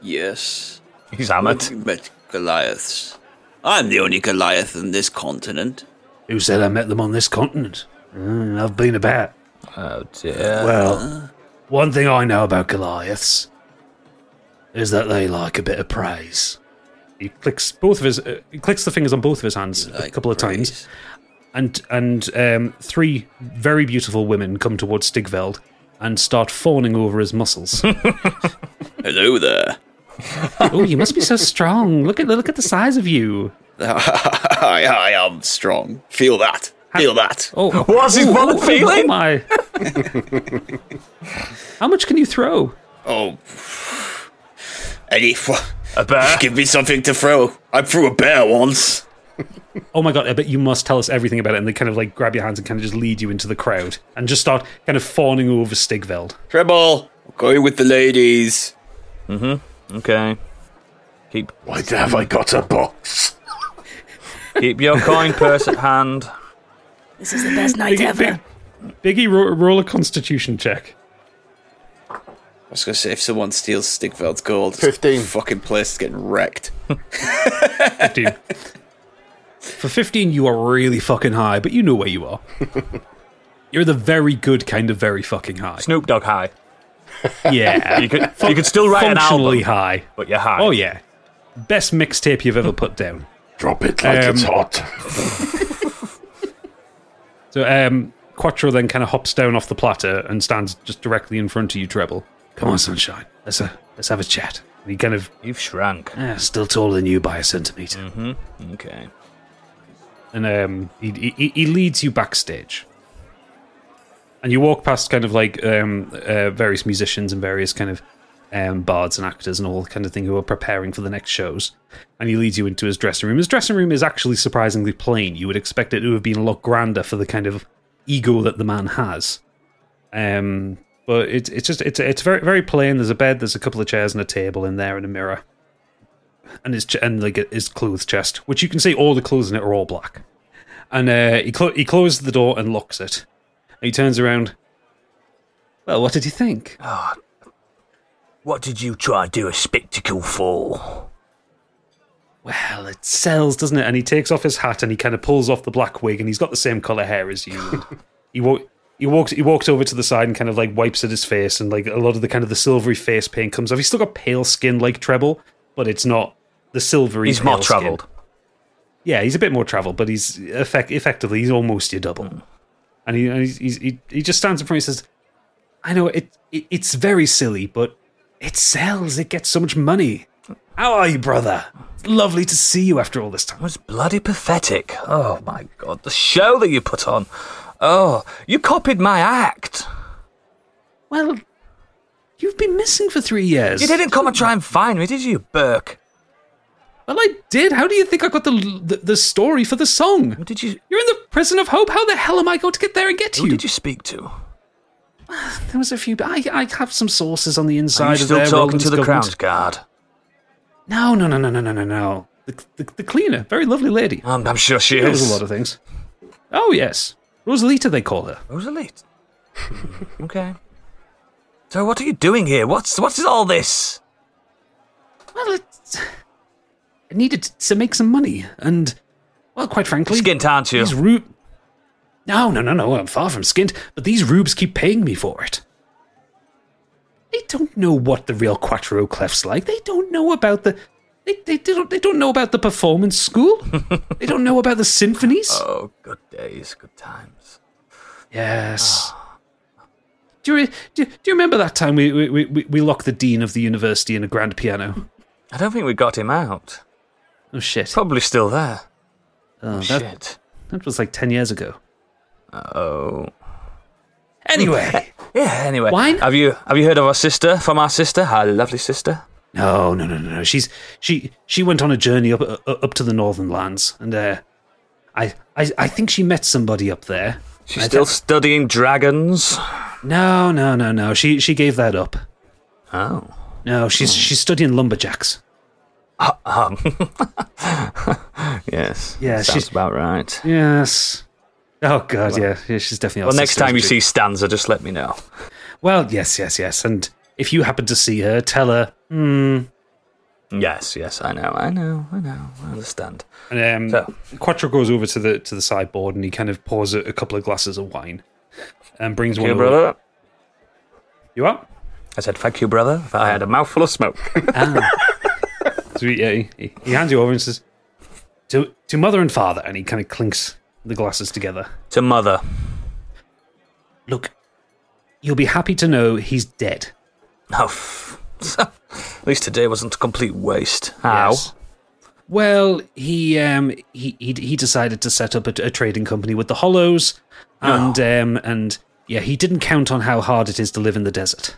C: Yes.
I: He's
C: hammered. You met Goliaths. I'm the only Goliath on this continent.
D: Who said I met them on this continent? Mm, I've been about.
I: Oh dear.
D: Well, one thing I know about Goliaths is that they like a bit of praise.
E: he clicks both of his uh, he clicks the fingers on both of his hands a couple of times, and and um, three very beautiful women come towards Stigveld and start fawning over his muscles.
C: Hello there.
E: oh, you must be so strong. Look at look at the size of you.
C: I, I am strong. Feel that. Feel that.
E: Oh,
I: what's his brother feeling?
E: Oh my! How much can you throw?
C: Oh. Any. A bear? Give me something to throw. I threw a bear once.
E: Oh my god! I bet you must tell us everything about it, and they kind of like grab your hands and kind of just lead you into the crowd and just start kind of fawning over Stigveld.
C: Treble. Going with the ladies.
I: Mm-hmm. Okay. Keep.
H: Why have I got a box?
I: Keep your coin purse at hand.
F: This is the best night
E: Biggie,
F: ever.
E: Big- Biggie, ro- roll a Constitution check.
C: I was going to say, if someone steals Stigveld's gold, 15. Fucking place is getting wrecked.
E: Fifteen. For fifteen, you are really fucking high, but you know where you are. You're the very good kind of very fucking high.
I: Snoop Dogg high.
E: Yeah,
I: You could-
E: Fun-
I: you could still write an
E: functionally
I: album,
E: high,
I: but you're high.
E: Oh yeah, best mixtape you've ever put down.
H: Drop it like
E: Um,
H: it's hot.
E: So um, Quattro then kind of hops down off the platter and stands just directly in front of you, Treble. Come on, sunshine. Let's uh, let's have a chat. And he kind of
I: you've shrunk.
E: Yeah, still taller than you by a centimeter.
I: Mm-hmm. Okay.
E: and um, he, he he leads you backstage, and you walk past kind of like um, uh, various musicians and various kind of um, bards and actors and all kind of thing who are preparing for the next shows, and he leads you into his dressing room. His dressing room is actually surprisingly plain. You would expect it to have been a lot grander for the kind of ego that the man has. Um, but it's it's just it's it's very very plain. There's a bed, there's a couple of chairs and a table in there and a mirror. And his ch- and like his clothes chest, which you can see all the clothes in it are all black and uh, he clo- he closes the door and locks it. And he turns around. Well, what did you think?
G: What did you try to do a spectacle for?
E: Well, it sells, doesn't it? And he takes off his hat and he kind of pulls off the black wig, and he's got the same color hair as you. And he wa- He walks. He walks over to the side and kind of like wipes at his face, and like a lot of the kind of the silvery face paint comes off. He's still got pale skin like Treble, but it's not the silvery.
I: He's more
E: pale skin.
I: travelled.
E: Yeah, he's a bit more traveled, but he's effect- effectively he's almost your double.
G: Hmm.
E: And he and he's, he's, he he just stands in front and says, "I know it, it it's very silly, but it sells. It gets so much money. How are you, brother? It's lovely to see you after all this time."
I: was bloody pathetic. Oh my god, the show that you put on. Oh, you copied my act.
E: Well, you've been missing for three years.
I: You didn't come and try and find me, did you, Burke?
E: Well, I did. How do you think I got the the, the story for the song?
I: did you?
E: You're in the prison of hope. How the hell am I going to get there and get
I: Who
E: you?
I: did you speak to?
E: There was a few. I I have some sources on the inside
I: Are you
E: of
I: still
E: their
I: talking
E: Roland's
I: to the
E: government.
I: Crown's Guard?
E: No, no, no, no, no, no, no, no. the, the, the cleaner, very lovely lady.
I: I'm, I'm sure she
E: knows
I: is.
E: a lot of things. Oh yes, Rosalita they call her.
I: Rosalita. okay. So what are you doing here? What's what's all this?
E: Well, it's, I needed to make some money, and well, quite frankly,
I: skint, aren't you?
E: These ru- no, no, no, no. I'm far from skint, but these rubes keep paying me for it. They don't know what the real Quattro Clef's like. They don't know about the. They, they, don't, they don't know about the performance school. they don't know about the symphonies.
I: Oh, good days, good times.
E: Yes. do, you, re- do, do you remember that time we, we, we, we locked the dean of the university in a grand piano?
I: I don't think we got him out.
E: Oh shit!
I: Probably still there.
E: Oh, that,
I: shit.
E: That was like 10 years ago.
I: Oh.
E: Anyway.
I: yeah. Anyway.
E: Wine?
I: Have you have you heard of our sister? From our sister, our lovely sister.
E: No, no, no, no, no. She's she she went on a journey up uh, up to the northern lands, and uh, I, I I think she met somebody up there.
I: She's
E: I
I: still
E: don't-
I: studying dragons.
E: no, no, no, no. She she gave that up.
I: Oh.
E: No, she's she's studying lumberjacks.
I: Um. yes.
E: Yeah,
I: Sounds
E: she's-
I: about right.
E: Yes. Oh god, yeah, yeah. She's definitely. our
I: Well, next
E: sister,
I: time you
E: isn't she?
I: see Stanza, just let me know.
E: Well, yes, yes, yes. And if you happen to see her, tell her. Hmm.
I: Yes, yes, I know, I know, I know, I understand.
E: And um,
I: So-
E: Quattro goes over to the to the sideboard and he kind of pours a, a couple of glasses of wine and brings
I: Thank
E: one.
I: you,
E: over.
I: brother.
E: You up?
I: I said, thank you, brother. I had a mouthful of smoke.
E: Ah. So he, yeah, he, he hands you over and says, to, to mother and father, and he kind of clinks the glasses together.
I: to mother.
E: Look, you'll be happy to know he's dead.
I: Oh, f- at least today wasn't a complete waste. How?
E: Yes. Well, he um he he, he decided to set up a, a trading company with the Hollows, and um and yeah, he didn't count on how hard it is to live in the desert.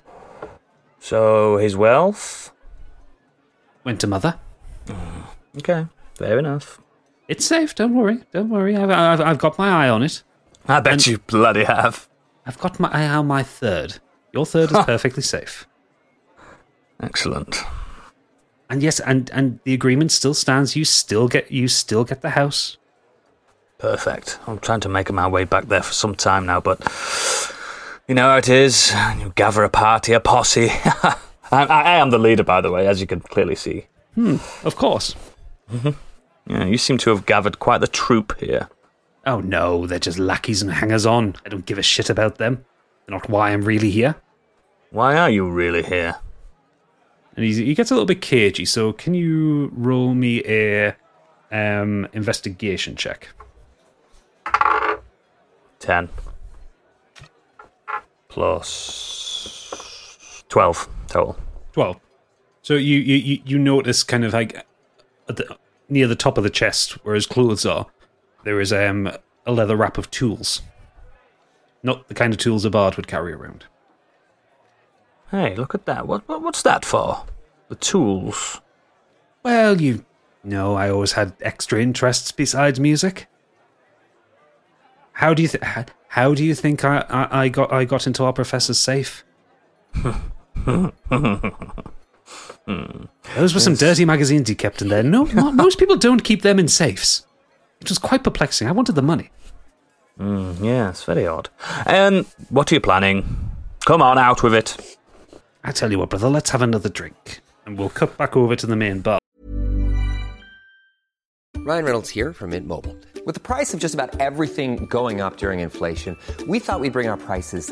I: So his wealth.
E: Went to mother.
I: Okay, fair enough.
E: It's safe. Don't worry. Don't worry. I've I've, I've got my eye on it.
I: I bet you bloody have.
E: I've got my eye on my third. Your third is perfectly safe.
I: Excellent.
E: And yes, and and the agreement still stands. You still get you still get the house.
I: Perfect. I'm trying to make my way back there for some time now, but you know how it is. You gather a party, a posse. I, I am the leader, by the way, as you can clearly see.
E: Hmm, of course.
I: Yeah, you seem to have gathered quite the troop here.
E: Oh no, they're just lackeys and hangers on. I don't give a shit about them. They're not why I'm really here.
I: Why are you really here?
E: And he's, he gets a little bit cagey. So can you roll me a um investigation check?
I: Ten plus twelve total.
E: Twelve. So you you you- you notice kind of like at the, near the top of the chest where his clothes are, there is um a leather wrap of tools. Not the kind of tools a bard would carry around.
I: Hey, look at that. What, what what's that for? The tools.
E: Well, you know, I always had extra interests besides music. How do you th- how, how do you think I, I, I got I got into our professor's safe?
I: Hmm,
E: Those were some dirty magazines he kept in there. No, mo- most people don't keep them in safes. It was quite perplexing. I wanted the money.
I: Mm, yes, very odd. Um, what are you planning? Come on, out with it.
E: I tell you what, brother, let's have another drink, and we'll cut back over to the main bar.
A: Ryan Reynolds here from Mint Mobile. With the price of just about everything going up during inflation, we thought we'd bring our prices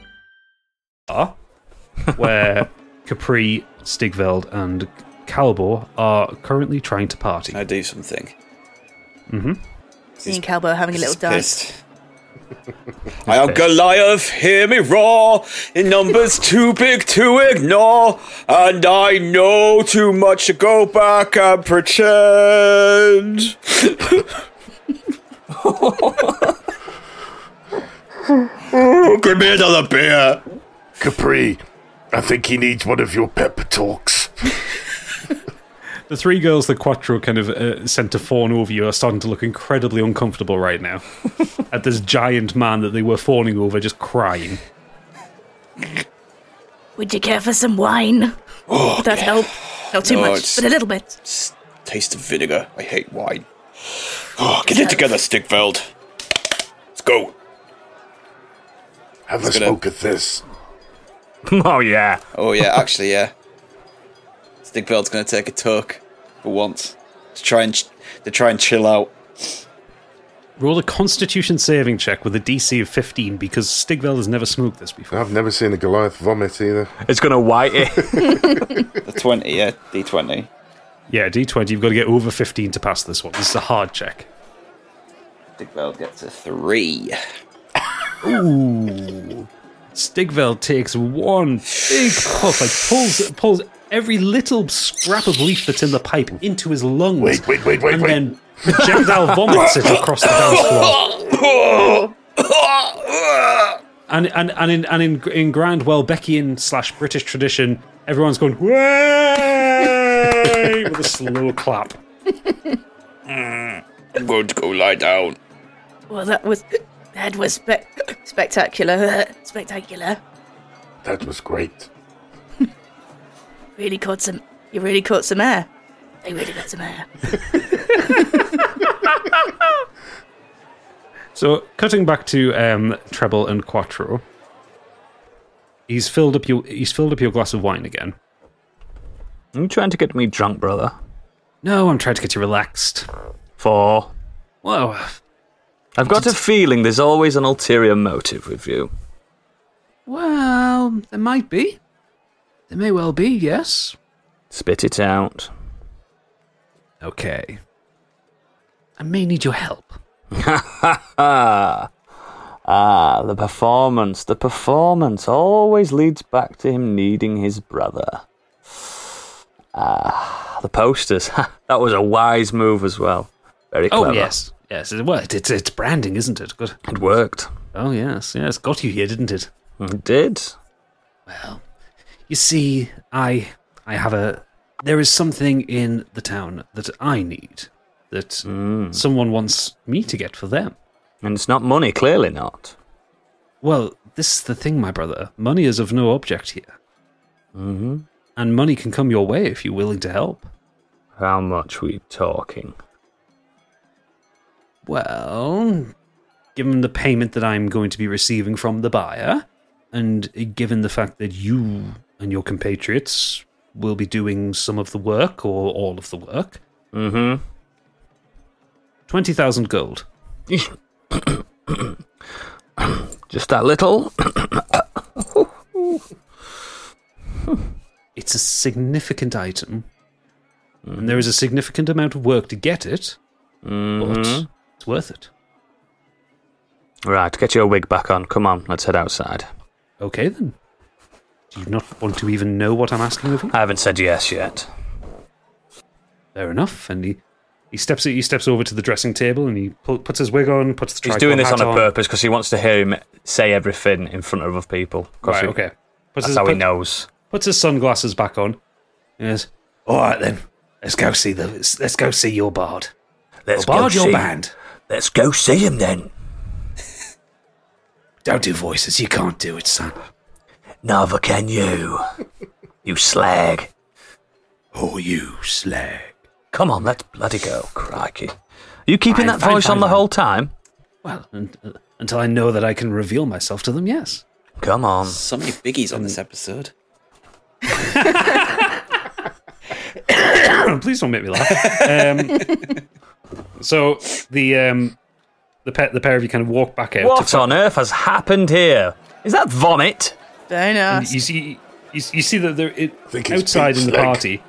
E: are, Ah. where Capri, Stigveld, and Calbor are currently trying to party. I
C: do something.
E: Mm-hmm.
J: Seeing Calbo having a little dance.
C: I am Goliath, hear me roar. In numbers too big to ignore. And I know too much to go back and pretend.
H: Give me another beer. Capri, I think he needs one of your pep talks.
E: The three girls the Quattro kind of uh, sent to fawn over you are starting to look incredibly uncomfortable right now at this giant man that they were fawning over, just crying.
F: Would you care for some wine?
C: Oh,
F: that help? Not too
C: No,
F: much,
C: it's-
F: but a little bit.
C: Taste of vinegar. I hate wine. Oh, get it together, Stigveld. Let's go.
H: Have
C: It's
H: a
C: gonna-
H: smoke at this.
C: Oh yeah. Oh yeah. Actually, yeah. Stigveld's gonna take a tuck for once to try and ch- to try and chill out.
E: Roll a Constitution saving check with a DC of 15 because Stigveld has never smoked this before.
H: I've never seen a Goliath vomit either.
E: It's going to white it.
C: The twenty, yeah, D twenty.
E: yeah, D20, you've got to get over 15 to pass this one. This is a hard check.
C: Stigveld gets a three.
E: Ooh. Stigveld takes one big puff, like pulls pulls every little scrap of leaf that's in the pipe into his lungs. Wait, wait, wait, wait, and wait. then projectile vomits it across the dance floor. And and and in and in, in grand Welbeckian slash British tradition, everyone's going way with a slow clap.
C: I'm going to go lie down.
J: Well, that was that was spe- spectacular, spectacular.
H: That was great.
F: Really caught some. You really caught some air. They really got some air.
E: So, cutting back to um, treble and quattro, he's filled up your he's filled up your glass of wine again.
I: Are you trying to get me drunk, brother?
E: No, I'm trying to get you relaxed.
I: For?
E: Whoa.
I: I've got a feeling there's always an ulterior motive with you.
E: Well, there might be. There may well be. Yes.
I: Spit it out.
E: Okay. I may need your help.
I: ah, the performance, the performance always leads back to him needing his brother. Ah, the posters. Ha, that was a wise move as well. Very
E: Oh,
I: clever.
E: yes. Yes, it worked. It's it's branding, isn't it? Good.
I: It worked.
E: Oh yes, yes, got you here, didn't it?
I: It did.
E: Well, you see, I I have a there is something in the town that I need that someone wants me to get for them.
I: Hmm. And it's not money, clearly not.
E: Well, this is the thing, my brother. Money is of no object here.
I: Mm-hmm.
E: And money can come your way if you're willing to help.
I: How much we talking?
E: Well, given the payment that I'm going to be receiving from the buyer, and given the fact that you and your compatriots will be doing some of the work or all of the work,
I: Mm-hmm.
E: 20,000 gold.
I: Just that little.
E: It's a significant
I: Mm-hmm.
E: item, and there is a significant amount of work to get it, but It's worth it.
I: Right, get your wig back on. Come on, let's head outside.
E: Okay then. Do you not want to even know what I'm asking of you?
I: I haven't said yes yet.
E: Fair enough. And he, he steps he steps over to the dressing table and he pu- puts his wig on, puts the
I: He's
E: tricol
I: doing this
E: hat
I: on a purpose because he wants to hear him say everything in front of other people. 'Cause
E: Right,
I: he-
E: okay.
I: that's
E: Puts his-
I: how he
E: put-
I: knows.
E: Puts his sunglasses back on. Yes.
L: All right then. Let's go see the. Let's go see your bard.
G: Let's
L: Or
G: go
L: bard your
G: see-
L: band.
G: Let's go see him then.
L: Don't do voices. You can't do it, son.
G: Neither can you. You slag.
I: Oh, you slag. Come on, let's bloody go. Crikey. Are you keeping
E: Fine,
I: that
E: fine,
I: voice
E: fine,
I: on the
E: fine.
I: whole time?
E: Well, un- uh, until I know that I can reveal myself to them, yes.
I: Come on.
C: So many biggies on this episode.
E: Please don't make me laugh. Um, so the um, the pair, the pair of you kind of walk back out.
I: What on earth has happened here? Is that vomit?
J: Don't
E: ask. You see, you, you see that there it, outside in the party.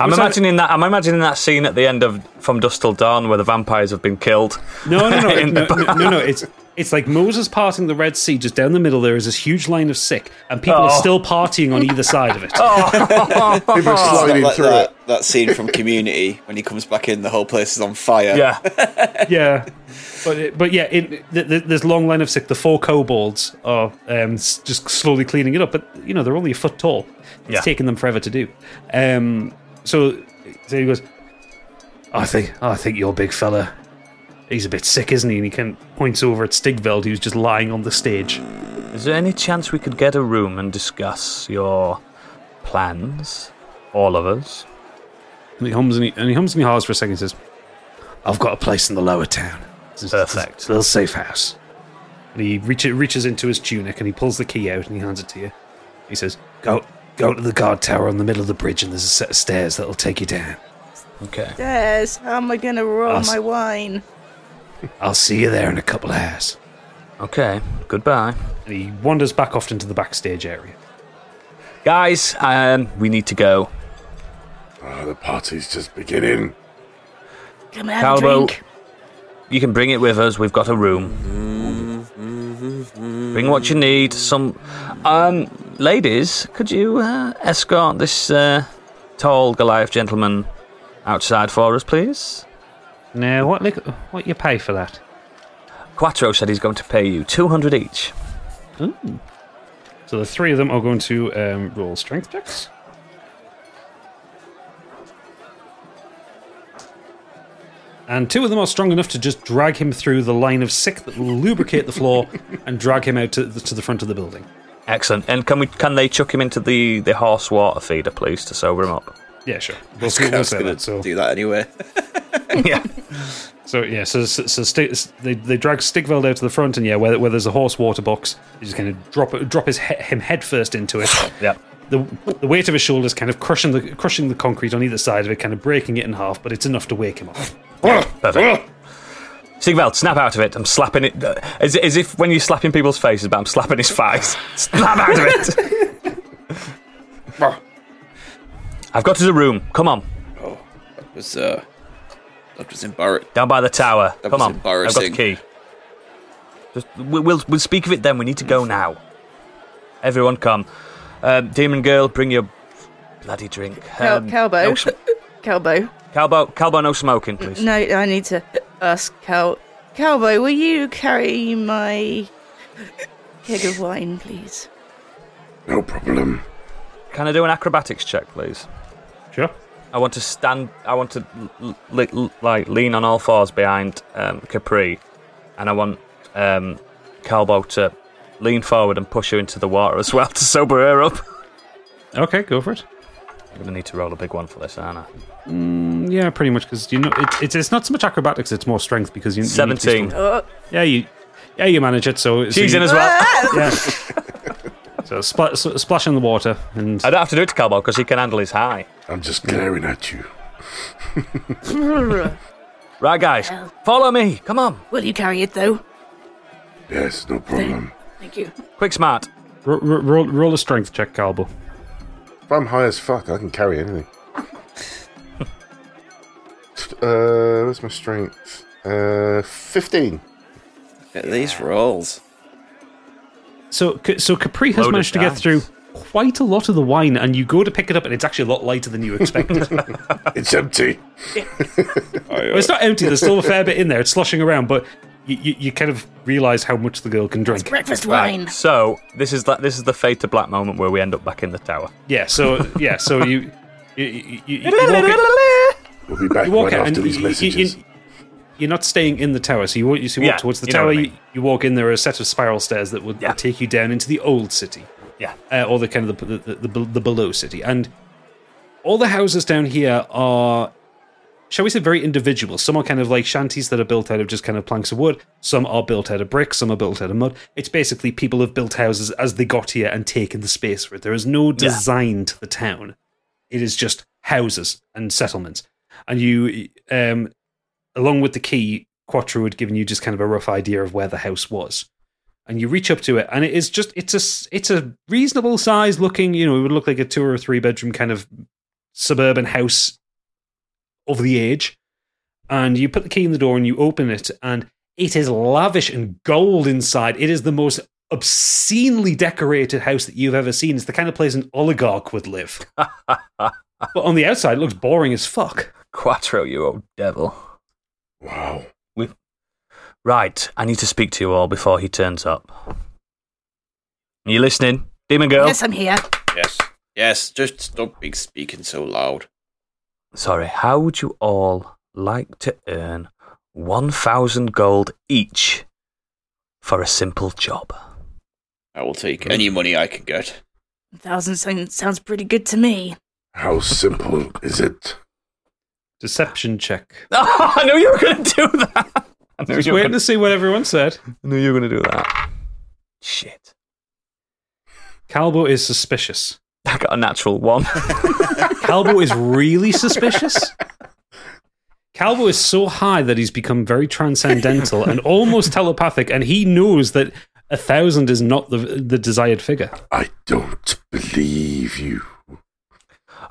I: I'm
E: Outside-
I: imagining that. I'm imagining that scene at the end of From Dust Till Dawn where the vampires have been killed.
E: No, no, no,
I: In
E: no,
I: the
E: no,
I: bar.
E: no, no, It's it's like Moses parting the Red Sea. Just down the middle, there is this huge line of sick, and people are
C: Oh.
E: still partying on either side of it.
C: People
E: are sliding
C: like
E: through
C: that, that scene from Community when he comes back in, the whole place is on fire.
I: Yeah.
E: yeah, but it- but yeah, it, th- th- there's long line of sick. The four kobolds are um, s- just slowly cleaning it up, but you know they're only a foot tall. It's
L: Yeah.
E: taking them forever to do. Um, so so he goes, I think I think your big fella, he's a bit sick, isn't he? And he kind of points over at Stigveld, who's just lying on the stage.
I: Is there any chance we could get a room and discuss your plans, all of us?
E: And he hums and he, and he hums and he hars for a second. And says, "I've got a place in the lower town. Perfect, little safe house." And he reach, reaches into his tunic and he pulls the key out and he hands it to you. He says,
L: Go go to the guard tower on the middle of the bridge, and there's a set of stairs that'll take you down.
I: Okay.
J: Des, how am I going to roll
L: Us.
J: my wine?
L: I'll see you there in a couple of hours.
I: Okay. Goodbye.
E: And he wanders back off into the backstage area.
I: Guys, um, we need to go.
H: Oh, the party's just beginning.
J: Come
H: and have a
I: Calvo,
H: drink.
I: you can bring it with us. We've got a room. Bring what you need. Some, um, ladies, could you uh, escort this uh, tall Goliath gentleman outside for us, please?
E: Now, what lig- what you pay for that?
I: Quattro said he's going to pay you two hundred each.
E: So the three of them are going to um, roll strength checks. And two of them are strong enough to just drag him through the line of sick that will lubricate the floor and drag him out to the, to the front of the building.
I: Excellent. And can we can they chuck him into the the horse water feeder, please, to sober him up?
E: Yeah, sure. We'll
C: I was
E: see- we'll
C: gonna
E: say that, so-
C: do that anyway.
I: yeah.
E: So yeah, so so, so Sti- they they drag Stigveld out to the front, and yeah, where, where there's a horse water box, you just kind of drop drop his he- him head first into it.
I: yeah.
E: The, the weight of his shoulders kind of crushing the crushing the concrete on either side of it, kind of breaking it in half, but it's enough to wake him up.
I: Perfect. Sigveld, snap out of it. I'm slapping it. uh, As, as if when you're slapping people's faces, but I'm slapping his face. snap out of it. I've got to the room. Come on.
C: That was, uh, that was embarrassing.
I: Down by the tower.
C: That
I: Come
C: was
I: on. I've
C: embarrassing.
I: got the key. Just, we- we'll, we'll speak of it then. We need to go now. Everyone come. Um, Demon Girl, bring your bloody drink. Um,
J: Cal- Calbo.
I: No sm-
J: Calbo.
I: Calbo. Calbo, no smoking, please.
J: No, I need to ask Cal. Calbo, will you carry my keg of wine, please?
H: No problem.
I: Can I do an acrobatics check, please?
E: Sure.
I: I want to stand. I want to l- l- l- like lean on all fours behind um, Capri, and I want um, Calbo to lean forward and push her into the water as well to sober her up.
E: Okay, go for it.
I: I'm gonna need to roll a big one for this, aren't I?
E: Mm, yeah, pretty much because you know it's it's it's not so much acrobatics; it's more strength because you you need to
I: Seventeen.
E: still- yeah, you yeah you manage it. So so
I: She's
E: you-
I: in as well.
E: yeah. So spl- s- splash in the water, and
I: I don't have to do it to Calbo because he can handle his high.
H: I'm just glaring at you.
I: Right, guys, follow me. Come on.
F: Will you carry it though?
H: Yes, no problem.
F: Thank you.
I: Quick smart.
E: R- r- roll roll a strength check, Calbo.
H: If I'm high as fuck, I can carry anything. uh, where's my strength? Uh, 15.
C: These rolls.
E: So, C- so Capri has
C: Loaded
E: managed to
C: dice.
E: get through quite a lot of the wine, and you go to pick it up, and it's actually a lot lighter than you expected.
H: it's empty.
E: Well, it's not empty. There's still a fair bit in there. It's sloshing around, but you, you, you kind of realize how much the girl can drink.
F: breakfast
I: Right, So this is that. This is the fade to black moment where we end up back in the tower.
E: Yeah. So yeah. So you you, you, you, you walk in-
H: We'll be back
E: you walk
H: right
E: out and
H: after these
E: you- you- you-
H: messages.
E: you're not staying in the tower, so you walk, you see, walk
I: Yeah,
E: towards the
I: you know
E: tower.
I: what I
E: You, you walk in. There are a set of spiral stairs that would take you down into the old city.
I: Yeah.
E: uh, or the kind of the the, the, the bel- the below city, and all the houses down here are, shall we say, very individual. Some are kind of like shanties that are built out of just kind of planks of wood. Some are built out of brick. Some are built out of mud. It's basically people have built houses as they got here and taken the space for it. There is no
I: Yeah.
E: design to the town. It is just houses and settlements. And you, um, along with the key, Quattro had given you just kind of a rough idea of where the house was and you reach up to it and it is just it's a s- it's a reasonable size looking you know it would look like a two or three bedroom kind of suburban house of the age and you put the key in the door and you open it and it is lavish and gold inside it is the most obscenely decorated house that you've ever seen it's the kind of place an oligarch would live but on the outside it looks boring as fuck
I: Quattro, you old devil.
H: Wow.
I: We've... Right, I need to speak to you all before he turns up. You listening, demon girl?
F: Yes, I'm here.
C: Yes. Yes, just stop being speaking so loud.
I: Sorry, how would you all like to earn 1,000 gold each for a simple job?
C: I will
H: Mm.
C: take any money I can get.
F: Thousand sound, sounds pretty good to me.
H: How simple is it?
E: deception check
I: Oh, I knew you were going to do that. I knew
E: just
I: you were
E: waiting
I: gonna-
E: to see what everyone said
I: I knew you were going to do that. Shit.
E: calbo is suspicious
I: I got a natural one.
E: Calvo is really suspicious. Calvo is so high that he's become very transcendental and almost telepathic, and he knows that a thousand is not the the desired figure.
H: I don't believe you.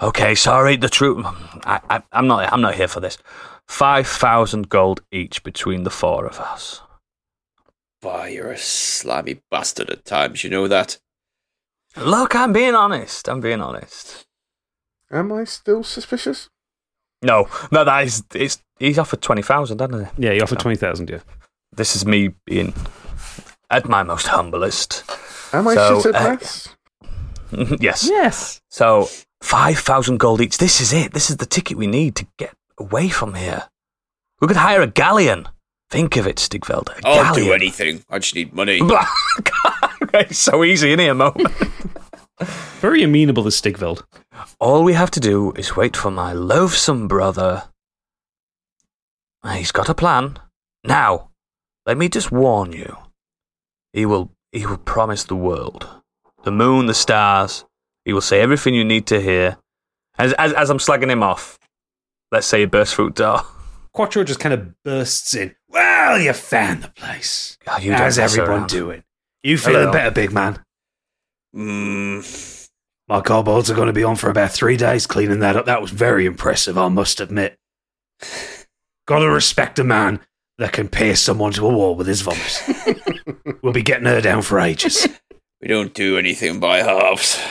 I: Okay, sorry. The truth. I, I, I'm not. I'm not here for this. Five thousand gold each between the four of us.
C: Why, you're a slimy bastard at times, you know that?
I: Look, I'm being honest. I'm being honest.
H: Am I still suspicious?
I: No, no, that is. It's, he's offered twenty thousand, hasn't he?
E: Yeah, he offered twenty thousand. Yeah.
I: This is me being at my most humblest.
H: Am I
I: So,
H: shit at
I: uh,
H: maths?
I: yes.
E: Yes.
I: So five thousand gold each. This is it. This is the ticket we need to get away from here. We could hire a galleon. Think of it, Stigveld. A
C: I'll
I: galleon.
C: do anything. I just need money.
I: it's so easy in here, Mo.
E: Very amenable to Stigveld.
I: All we have to do is wait for my loathsome brother. He's got a plan. Now, let me just warn you. He will he will promise the world. The moon, the stars. He will say everything you need to hear. As as, as I'm slagging him off, let's say he bursts through the door.
E: Quattro just kind of bursts in. Well, you found the place.
I: Oh, you don't
E: How's
I: mess
E: everyone
I: around.
E: doing? You feeling
I: Hello.
E: better, big man?
C: Mm,
L: My kobolds are going to be on for about three days cleaning that up. That was very impressive, I must admit. Gotta respect a man that can pierce someone to a wall with his vomit. we'll be getting her down for ages.
C: we don't do anything by halves.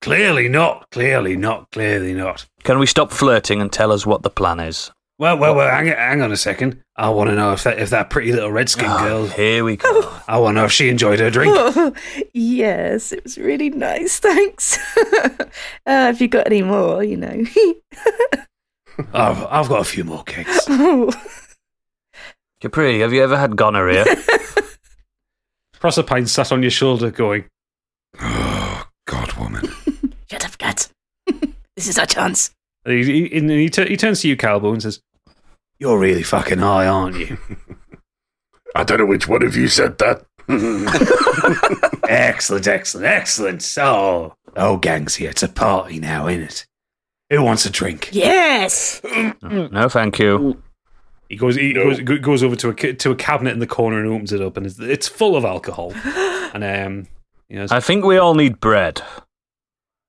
L: Clearly not. Clearly not. Clearly not.
I: Can we stop flirting and tell us what the plan is?
L: Well, well, well. Hang, hang on a second. I want to know if that if that pretty little redskin girl.
I: Ah, Here we go.
L: I want to know if she enjoyed her drink.
J: Oh, yes, it was really nice. Thanks. uh, if you got any more, you know.
L: I've, I've got a few more cakes.
J: oh,
I: Capri, have you ever had gonorrhea?
E: Proserpine sat on your shoulder, going,
L: God, woman.
F: Shut up, cat. this is our chance.
E: and he, he, and he, tu- he turns to you, Calbo, and says,
L: You're really fucking high, aren't you?
H: I don't know which one of you said that.
L: excellent, excellent, excellent. So, oh, gang's here. It's a party now, isn't it? Who wants a drink?
F: Yes.
I: no, thank you.
E: He goes. He goes, go- goes over to a ca- to a cabinet in the corner and opens it up, and it's, it's full of alcohol. And um, you know,
I: I think we all need bread.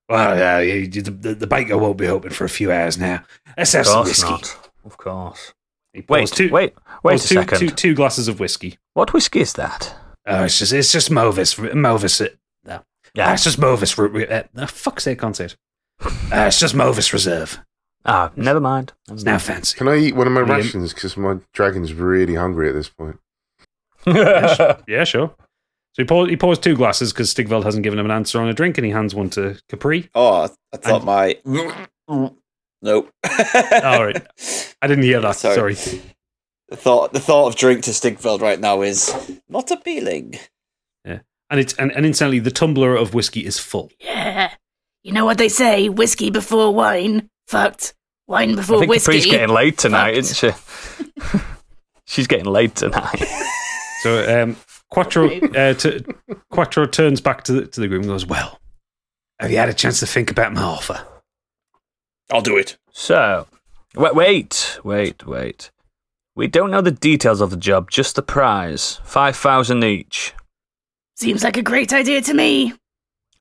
L: Well, uh, you- the, the, the baker won't be open for a few hours now. Let's have
I: Of
L: some
I: course
L: whiskey.
I: not. Of course. Wait, wait, wait a
E: pours two-
I: second.
E: two- two glasses of whiskey. Uh,
I: What whiskey is that?
L: Oh, it's just it's just Movis Movis. uh, No,
I: Yeah.
L: yeah, it's just Movis. Ru- Ru- Uh, oh, fuck's sake, can't say it. Uh, it's just Movis Reserve.
I: Ah, never mind.
L: It's now fancy.
H: Can I eat one of my
L: Yeah.
H: rations? Because my dragon's really hungry at this point.
E: yeah, sure. Yeah, sure. So he pours, he pours two glasses because Stigveld hasn't given him an answer on a drink, and he hands one to Capri.
C: Oh, I thought my. Nope.
E: All right, I didn't hear that. Sorry.
C: The thought, the thought of drink to Stigfeld right now is not appealing.
E: Yeah, and it's and, and instantly the tumbler of whiskey is full.
F: Yeah. You know what they say whiskey before wine. Fucked. Wine
I: I
F: before
I: think
F: whiskey.
I: Capri's getting laid tonight, isn't she? She's getting laid tonight.
E: So um, Quattro uh, t- Quattro turns back to the, to the groom and goes, "Well,
L: Have you had a chance to think about my offer?
C: I'll do it.
I: So, wait, wait, wait, wait. We don't know the details of the job, just the prize. 5,000 each.
F: Seems like a great idea to me.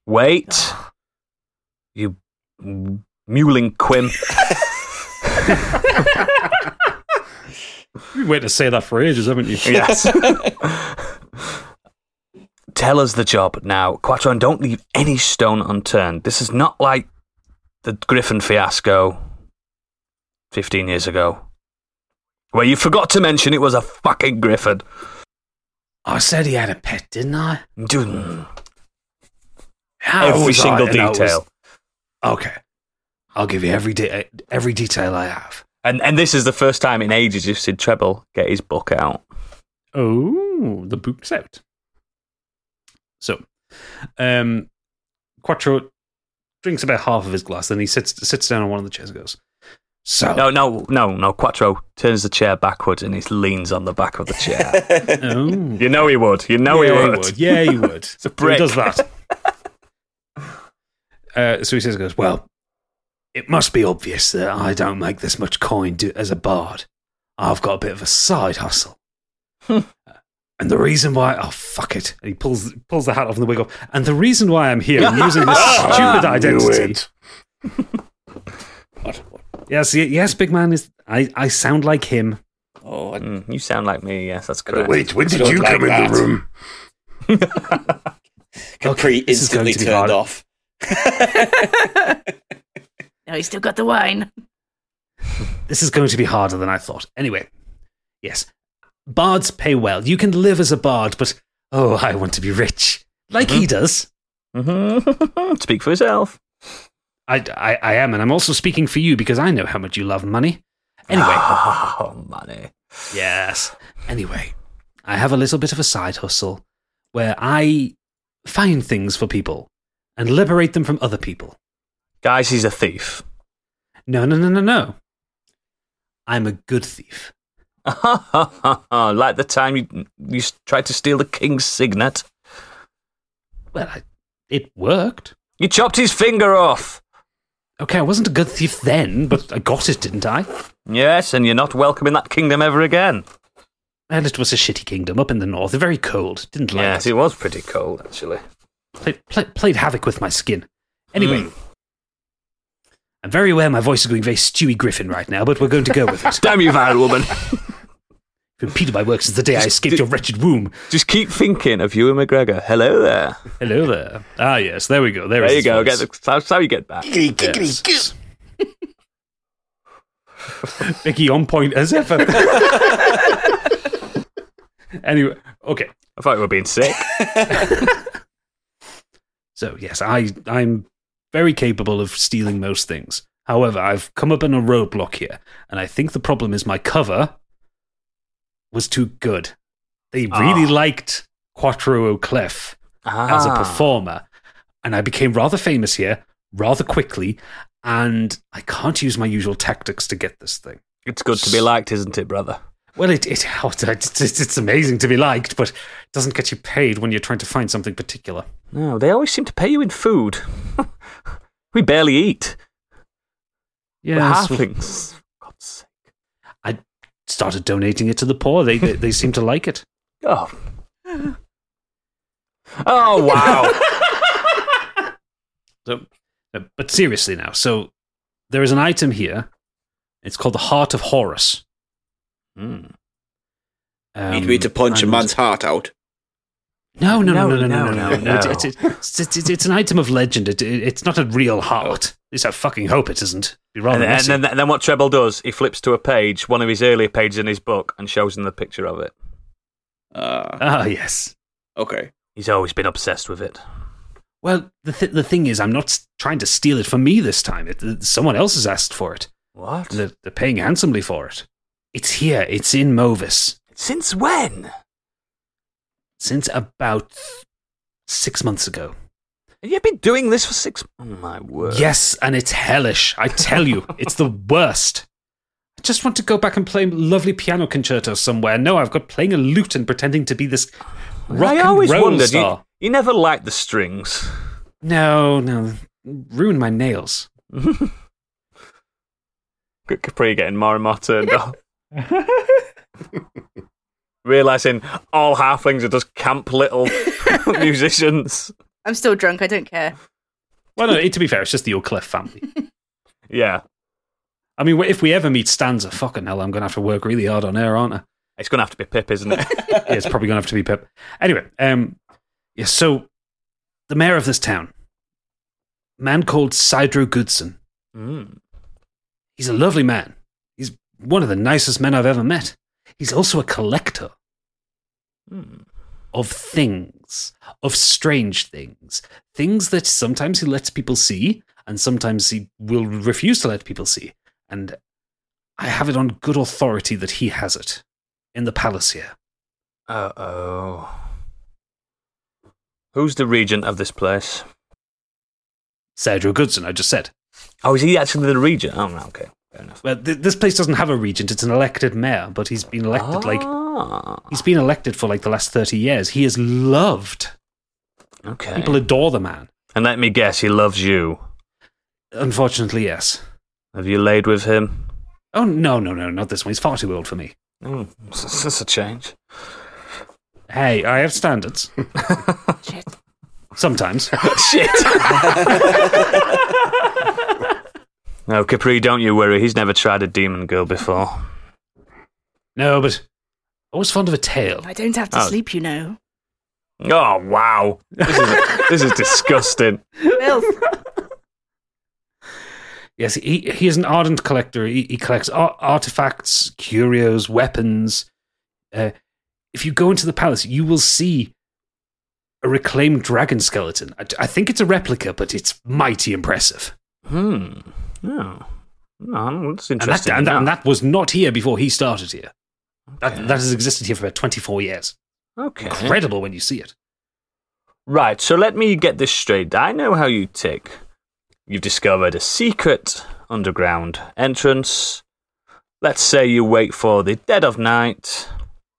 I: Wait. you m- mewling quimp.
E: you wait to say that for ages, haven't you?"
I: Yes. Tell us the job now, Quattro, and don't leave any stone unturned. This is not like the Griffin fiasco 15 years ago, where you forgot to mention it was a fucking Griffin.
L: I said he had a pet, didn't I?
I: Dude.
L: How
E: Oh,
I: Every
L: was I
I: single
L: to know it was-
I: detail.
L: okay, I'll give you every de- every detail I have.
I: And and this is the first time in ages you've seen Treble get his book out.
E: Oh, the book's out. So, um, Quattro drinks about half of his glass, then he sits sits down on one of the chairs and goes, So-
I: no, no, no, no. Quattro turns the chair backwards and he leans on the back of the chair. You know he would. You know
E: yeah,
I: he would.
E: Yeah, he would.
I: it's a
E: So he
I: brick.
E: does that.
L: Uh, so he says, "Goes well. It must be obvious that I don't make this much coin do- as a bard. I've got a bit of a side hustle, and the reason why oh fuck it."
E: And he pulls pulls the hat off and the wig off. And the reason why I'm here and using this
H: Ah,
E: stupid
L: I knew
E: identity.
L: it. Yes, y- yes, big man is. I, I sound like him.
C: Oh,
I: Mm, you sound like me. Yes, that's correct.
H: Wait, when did you come in the room?
C: Capri instantly turned off.
F: No, he's still got the wine.
L: This is going to be harder than I thought. Anyway, yes, bards pay well. You can live as a bard, but oh, I want to be rich like he does.
I: Mm-hmm. Speak for yourself.
L: I, I, I am, and I'm also speaking for you because I know how much you love money. Anyway,
I: oh, money.
L: Yes. Anyway, I have a little bit of a side hustle where I find things for people and liberate them from other people.
I: Guys, he's a thief.
L: No, no, no, no, no. I'm a good thief.
I: like the time you you s- tried to steal the king's signet.
L: Well, I, it worked.
I: You chopped his finger off.
L: Okay, I wasn't a good thief then, but I got it, didn't I?
I: Yes, and you're not welcome in that kingdom ever again.
L: And it was a shitty kingdom up in the north, very cold. Didn't like
I: Yes,
L: it.
I: it was pretty cold actually.
L: Played, play, played havoc with my skin. Anyway,
I: Hmm.
L: I'm very aware my voice is going very Stewie Griffin right now, but we're going to go with it.
I: Damn you, vile woman!
L: Repeated my work since the day I
I: Just
L: escaped
I: did-
L: your wretched womb.
I: Just keep thinking of Ewan McGregor. Hello there.
E: Hello there. Ah, yes, there we go. There,
I: There,
E: is
I: you
E: his
I: go.
E: voice.
I: Get the, that's how you get back.
E: Yes. Vicky on point as ever. anyway, okay.
I: I thought we were being sick.
E: so yes, I I'm very capable of stealing most things. However, I've come up in a roadblock here, and I think the problem is my cover was too good. They really
L: Ah.
E: liked Quattro O'Clef as a
L: Ah.
E: performer, and I became rather famous here rather quickly. And I can't use my usual tactics to get this thing.
I: It's good to be liked, isn't it, brother?
E: Well, it, it oh, it's, it's it's amazing to be liked, but it doesn't get you paid when you're trying to find something particular.
I: No, they always seem to pay you in food. we barely eat. We're
E: Yes, well-
I: halflings.
E: I started donating it to the poor. They they, they seem to like it.
I: Oh. Oh wow.
E: So, uh, but seriously now, so there is an item here. It's called the Heart of Horus. Mm. Hmm.
C: Need me to
E: Um,
C: punch a man's heart out?
E: No, no, no, no, no,
C: No,
E: no, no,
C: no,
E: no.
C: no.
E: It's, it's, it's, it's, it's an item of legend. It, it, it's not a real heart. At least I fucking hope it isn't. Be
I: And,
E: rather
I: and
E: messy.
I: then, and then what Treble does, he flips to a page, one of his earlier pages in his book, and shows him the picture of it.
C: Uh,
E: Ah, yes.
C: Okay.
I: He's always been obsessed with it.
E: Well, the, th- the thing is, I'm not s- trying to steal it from me this time. It, th- someone else has asked for it.
I: What?
E: They're, they're paying handsomely for it. It's here. It's in Movis.
I: Since when?
E: Since about th- six months ago.
I: And you've been doing this for six. Oh my word!
E: Yes, and it's hellish. I tell you, it's the worst. I just want to go back and play lovely piano concertos somewhere. No, I've got playing a lute and pretending to be this rock
I: I always
E: and roll
I: wondered. You,
E: star.
I: you never liked the strings.
E: No, no, ruin my nails.
I: Mm-hmm. Good Capri getting more and more turned off. Realizing all halflings are just camp little musicians.
J: I'm still drunk. I don't care.
E: Well, no, to be fair, it's just the O'Cliff family.
I: yeah.
E: I mean, if we ever meet Stanza, fucking hell, I'm going to have to work really hard on her, aren't I?
I: It's going to have to be Pip, isn't it?
E: yeah, it's probably going to have to be Pip. Anyway, um, yeah, so the mayor of this town, a man called Sidro Goodson,
I: Mm.
E: he's a lovely man. He's one of the nicest men I've ever met. He's also a collector
I: Hmm.
E: of things, of strange things, things that sometimes he lets people see, and sometimes he will refuse to let people see. And I have it on good authority that he has it in the palace here.
I: Uh oh. Who's the regent of this place?
E: Sergio Goodson, I just said.
I: Oh, is he actually the regent? Oh, no, okay. Fair enough.
E: Well, th- this place doesn't have a regent; it's an elected mayor, but he's been elected
I: like
E: he's been elected for like the last thirty years. He is loved.
I: Okay.
E: People adore the man.
I: And let me guess, he loves you.
E: Unfortunately, yes.
I: Have you laid with him?
E: Oh no, no, no, not this one. He's far too old for me.
I: Mm, that's a change.
E: Hey, I have standards.
J: Shit.
E: Sometimes.
I: Shit. No, Capri, don't you worry. He's never tried a demon girl before.
E: No, but I was fond of a tale.
J: I don't have to
I: Oh.
J: sleep, you know.
I: Oh wow, this is this is disgusting.
J: Filth.
E: Yes, he, he is an ardent collector. He, he collects ar- artifacts, curios, weapons. Uh, if you go into the palace, you will see a reclaimed dragon skeleton. I, I think it's a replica, but it's mighty impressive.
I: Hmm. No. No, that's
E: And that,
I: interesting.
E: and, that,
I: yeah.
E: and that was not here before he started here. That, that has existed here for about 24 years.
I: Okay.
E: Incredible when you see it.
I: Right, so let me get this straight. I know how you tick. You've discovered a secret underground entrance. Let's say you wait for the dead of night.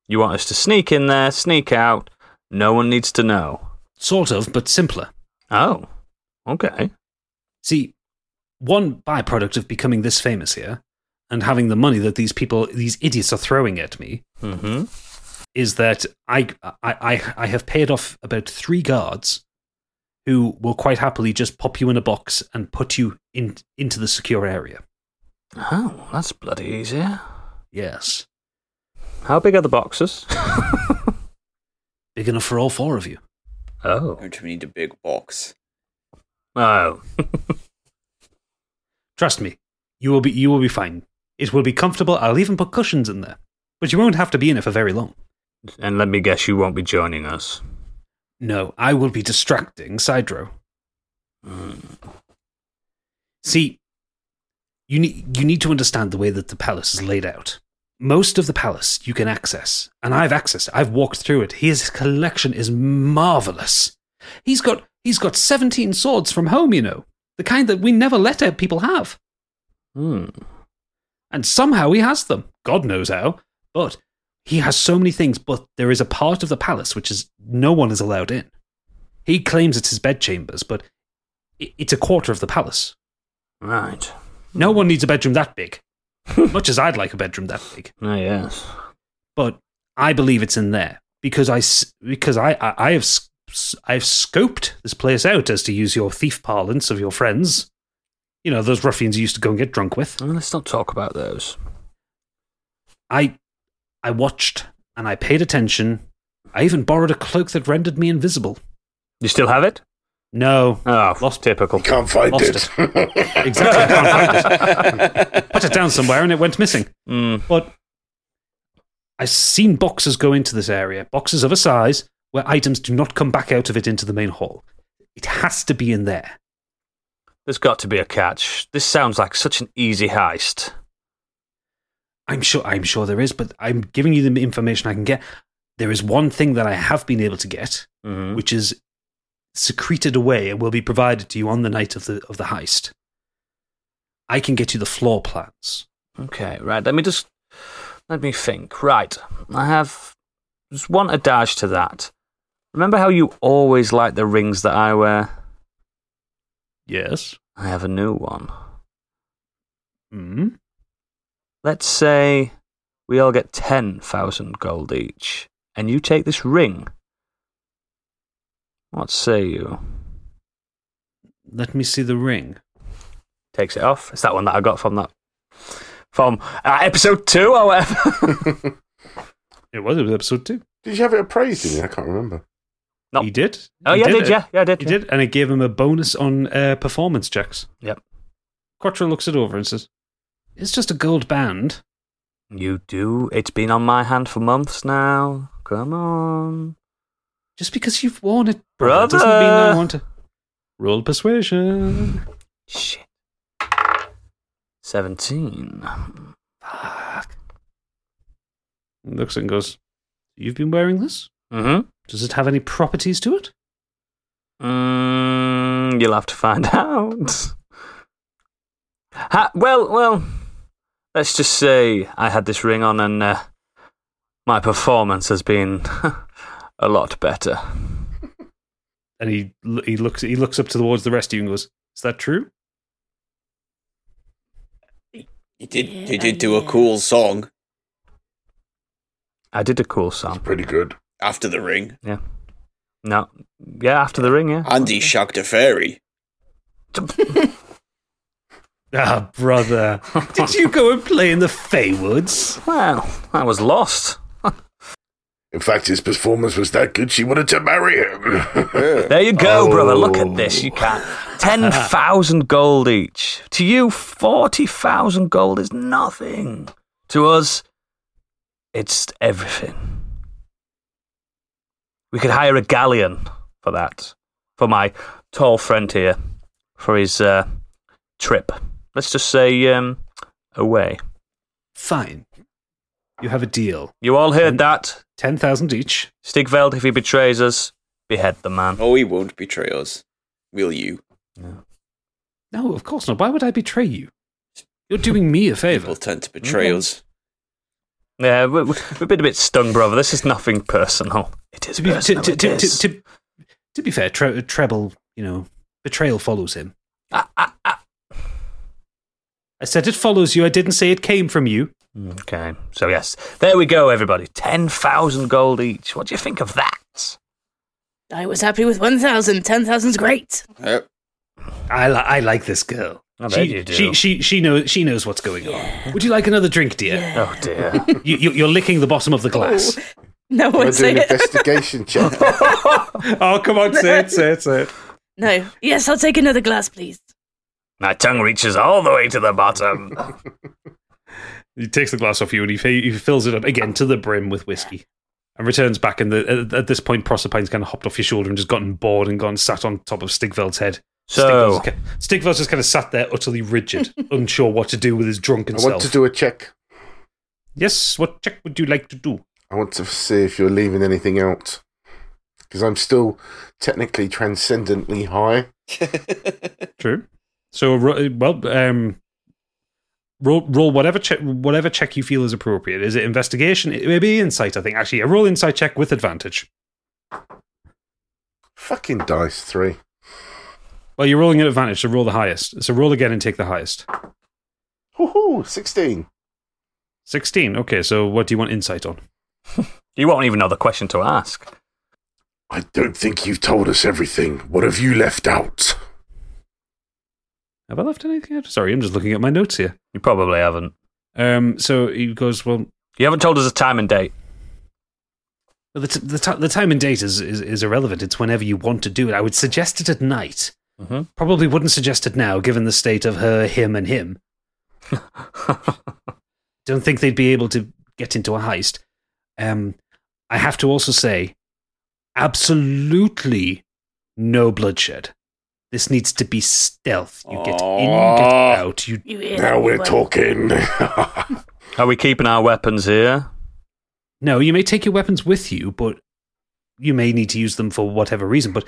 I: You want us to sneak in there, sneak out. No one needs to know.
E: Sort of, but simpler.
I: Oh, okay.
E: See, one byproduct of becoming this famous here and having the money that these people, these idiots, are throwing at me
I: Mm-hmm.
E: is that I, I, I, I have paid off about three guards who will quite happily just pop you in a box and put you in, into the secure area.
I: Oh, that's bloody easy.
E: Yes.
I: How big are the boxes?
E: Big enough for all four of you.
I: Oh.
C: Don't we need a big box?
I: Oh.
E: Trust me, you will be, you will be fine. It will be comfortable. I'll even put cushions in there. But you won't have to be in it for very long.
I: And let me guess, you won't be joining us.
E: No, I will be distracting Sidro.
I: Hmm.
E: See, you need you need to understand the way that the palace is laid out. Most of the palace you can access, and I've accessed. it. I've walked through it. His collection is marvelous. He's got he's got seventeen swords from home, you know, the kind that we never let our people have.
I: Hmm.
E: And somehow he has them. God knows how, but he has so many things. But there is a part of the palace which is no one is allowed in. He claims it's his bedchambers, but i- it's a quarter of the palace.
I: Right.
E: No one needs a bedroom that big. Much as I'd like a bedroom that big,
I: Oh, yes.
E: but I believe it's in there because I s- because I I, I have s- s- I've scoped this place out as to use your thief parlance of your friends. You know those ruffians you used to go and get drunk with.
I: Well, let's not talk about those.
E: I I watched and I paid attention. I even borrowed a cloak that rendered me invisible.
I: You still have it?
E: No.
I: Oh, lost typical.
H: Can't find
E: Lost
H: it.
E: it. exactly. I can't find it. Hmm. Put it down somewhere and it went missing. But I've seen boxes go into this area, boxes of a size where items do not come back out of it into the main hall. It has to be in there.
I: There's got to be a catch. This sounds like such an easy heist.
E: I'm sure I'm sure there is, but I'm giving you the information I can get. There is one thing that I have been able to get, which is secreted away and will be provided to you on the night of the of the heist. I can get you the floor plans.
I: Okay, right. Let me just let me think. Right, I have just one adage to that. Remember how you always like the rings that I wear?
E: Yes.
I: I have a new one.
E: Hmm.
I: Let's say we all get ten thousand gold each, and you take this ring. What say you?
E: Let me see the ring.
I: Takes it off. It's that one that I got from that from uh, episode two or whatever.
E: it was. It was episode two.
H: Did you have it appraised? Didn't you? I can't remember.
I: No.
E: He did.
I: Oh,
E: He
I: yeah, I did,
E: it.
I: yeah. Yeah, I did,
E: He
I: yeah.
E: did, and it gave him a bonus on uh, performance checks.
I: Yep.
E: Quattro looks it over and says, "It's just a gold band."
I: You do. It's been on my hand for months now. Come on.
E: Just because you've worn it,
I: brother,
E: doesn't mean I want to. Roll persuasion.
I: Shit. Seventeen.
E: Looks and goes, "You've been wearing this.
I: Mm-hmm.
E: Does it have any properties to it?"
I: Mm, you'll have to find out. Ha- well, well. Let's just say I had this ring on, and uh, my performance has been a lot better.
E: And he he looks he looks up towards the rest of you and goes, "Is that true?"
C: He did. he did do a cool song
I: I did a cool song.
H: Pretty good.
C: after the ring.
I: Yeah. No. Yeah, after the ring. Yeah.
C: Andy shagged a fairy.
E: Ah, brother. Did you go and play in the Feywoods?
I: Well, I was lost.
H: In fact, his performance was that good, she wanted to marry him. Oh.
I: There you go, brother. Look at this. You can't. 10,000 gold each. To you, 40,000 gold is nothing. To us, it's everything. We could hire a galleon for that. For my tall friend here. For his uh, trip. Let's just say um, away.
E: Fine. You have a deal.
I: You all heard that?
E: 10,000 each.
I: Stigveld, if he betrays us, behead the man.
C: Oh, he won't betray us. Will you?
E: No, of course not. Why would I betray you? You're doing me a favor.
C: People tend to betray
E: Okay.
C: us.
I: Yeah, we- we- we've been a bit stung, brother. This is nothing personal. It is
E: To be, to,
I: personal.
E: to,
I: it
E: to,
I: is.
E: to, to, to be fair, tre- Treble, you know, betrayal follows him. I said it follows you. I didn't say it came from you.
I: Okay, so yes, there we go, everybody. Ten thousand gold each. What do you think of that?
F: I was happy with 1,000. 10,000's great.
C: Yep.
E: I, li- I like this girl.
I: I bet
E: she,
I: you do.
E: She, she, she, knows, she knows what's going on. Would you like another drink, dear?
I: Oh dear.
E: you, you, you're licking the bottom of the glass.
F: No
H: We're
F: one say
H: doing an
F: it.
H: investigation check.
E: oh, come on, say it, say it, say it.
F: No. Yes, I'll take another glass, please.
I: My tongue reaches all the way to the bottom.
E: He takes the glass off you and he, fi- he fills it up again to the brim with whiskey and returns back. And the, at, at this point, Proserpine's kind of hopped off your shoulder and just gotten bored and gone sat on top of Stigveld's head.
I: So-
E: Stigveld's, ca- Stigveld's just kind of sat there utterly rigid, unsure what to do with his drunken
H: I
E: self.
H: want to do a check.
E: Yes, what check would you like to do?
H: I want to see if you're leaving anything out. Because I'm still technically transcendently high.
E: True. So, ro- well, um, roll, roll whatever check, whatever check you feel is appropriate. Is it investigation? It may be insight. I think actually, a roll insight check with advantage.
H: Fucking dice three.
E: Well, you're rolling at advantage, so roll the highest. So roll again and take the highest.
H: Hoo hoo, 16.
E: 16. Okay, so what do you want insight on?
I: you won't even know the question to ask.
H: I don't think you've told us everything. What have you left out?
E: Have I left anything out? Sorry, I'm just looking at my notes here.
I: You probably haven't.
E: Um, so he goes, Well,
I: You haven't told us a time and date.
E: Well, the, t- the, ti- the time and date is, is, is irrelevant. It's whenever you want to do it. I would suggest it at night. Probably wouldn't suggest it now, given the state of her, him, and him. Don't think they'd be able to get into a heist. Um, I have to also say, absolutely no bloodshed. This needs to be stealth. You get in, get
C: Ah.
E: out. You
H: now we're talking.
I: Are we keeping our weapons here?
E: No, you may take your weapons with you, but you may need to use them for whatever reason. But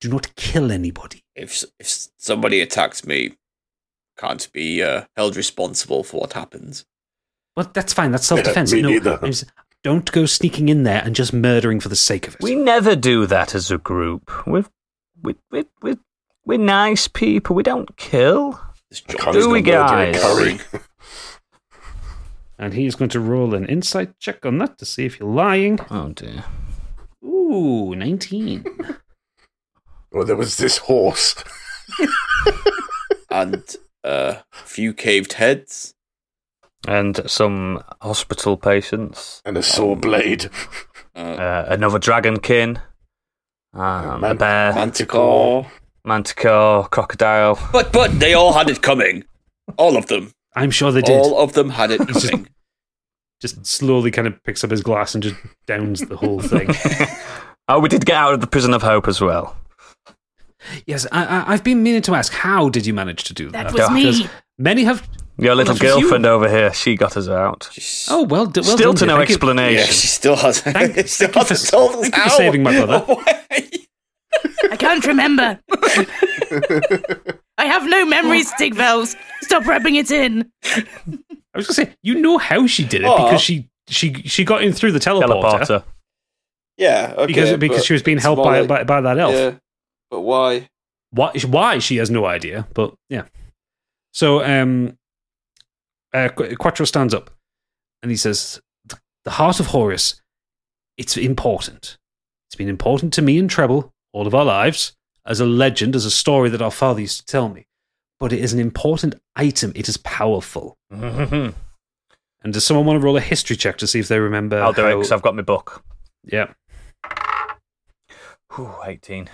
E: do not kill anybody.
C: If if somebody attacks me, can't be uh, held responsible for what happens.
E: Well, that's fine. That's self defense.
C: me
E: no,
C: neither.
E: I'm s- don't go sneaking in there and just murdering for the sake of it.
I: We never do that as a group. We're we we we we're nice people. We don't kill. Do we, guys?
E: and he is going to roll an insight check on that to see if you're lying.
I: Oh dear.
E: Ooh, nineteen.
H: well, there was this horse.
C: and uh, few caved heads.
I: And some hospital patients.
H: And a
C: Um,
H: saw blade.
I: Uh, another dragonkin. Um, a bear.
C: Manticore.
I: Manticore, crocodile.
C: But but they all had it coming. All of them.
E: I'm sure Oh, they did.
C: All of them had it coming.
E: Just slowly kind of picks up his glass and just downs the whole thing.
I: Oh, we did get out of the prison of hope as well.
E: yes, I, I, I've been meaning to ask, how did you manage to do that?
I: was me.
E: Because Many have.
I: Your little
E: that was you.
I: girlfriend over here, she got us out.
E: Oh well, d- well
I: still
E: done,
I: to
E: dear.
I: no
E: Thank you-
I: explanation.
C: still has.
E: Thank, thank you for, thank you for
I: out.
E: saving my brother.
F: I can't remember. I have no memories, Dig Bells. Stop rubbing it in.
E: I was gonna say, you know how she did it
F: Aw.
C: Oh.
E: because she she she got in through the teleporter.
I: Teleporter.
C: Yeah, okay,
E: because because
C: but
E: she was being
C: it's
E: helped
C: more
E: by,
C: like-
E: by by that elf.
C: Yeah, but why?
E: Why why she has no idea, but yeah. So um, uh, Qu- Quattro stands up and he says, "The- "The heart of Horus, it's important. It's been important to me and Treble all of our lives as a legend, as a story that our father used to tell me. But it is an important item. It is powerful."
I: Mhm.
E: And does someone want to roll a history check to see if they remember?
I: I'll do it
E: how-
I: because I've got my book.
E: Yeah,
I: Ooh, 18.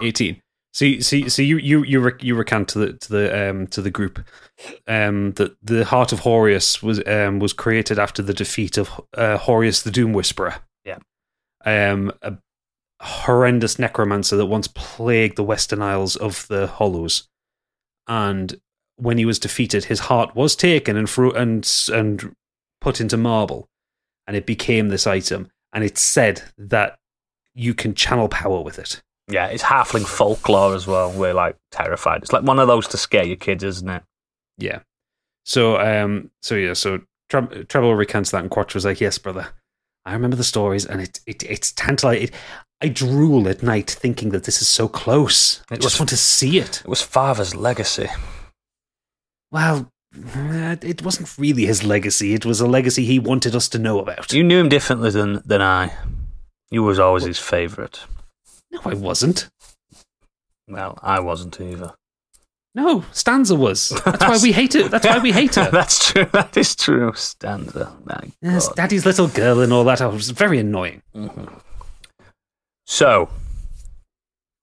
E: eighteen. See, see, see. You, you, you, rec- you recant to the to the um to the group um that the heart of Horius was um was created after the defeat of uh, Horius the Doom Whisperer.
I: Yeah.
E: Um, a horrendous necromancer that once plagued the Western Isles of the Hollows, and when he was defeated, his heart was taken and fro- and s- and put into marble, and it became this item. And it's said that you can channel power with it.
I: Yeah, it's halfling folklore as well. We're like terrified. It's like one of those to scare your kids, isn't it?
E: Yeah. So um so yeah, so Tre- Treble recants that and Quattro's like, Yes, brother. I remember the stories and it, it it's tantalizing. It, I drool at night thinking that this is so close. I
I: It
E: just
I: was-
E: want to see it.
I: It was father's legacy.
E: Well, uh, it wasn't really his legacy. It was a legacy he wanted us to know about.
I: You knew him differently than, than I. You was always his favourite.
E: No, I wasn't.
I: Well, I wasn't either.
E: No, Stanza was. That's why we hate it. That's why we hate her.
I: That's true. That is true. Stanza. My
E: Yes, daddy's little girl and all that. I was very annoying.
I: So,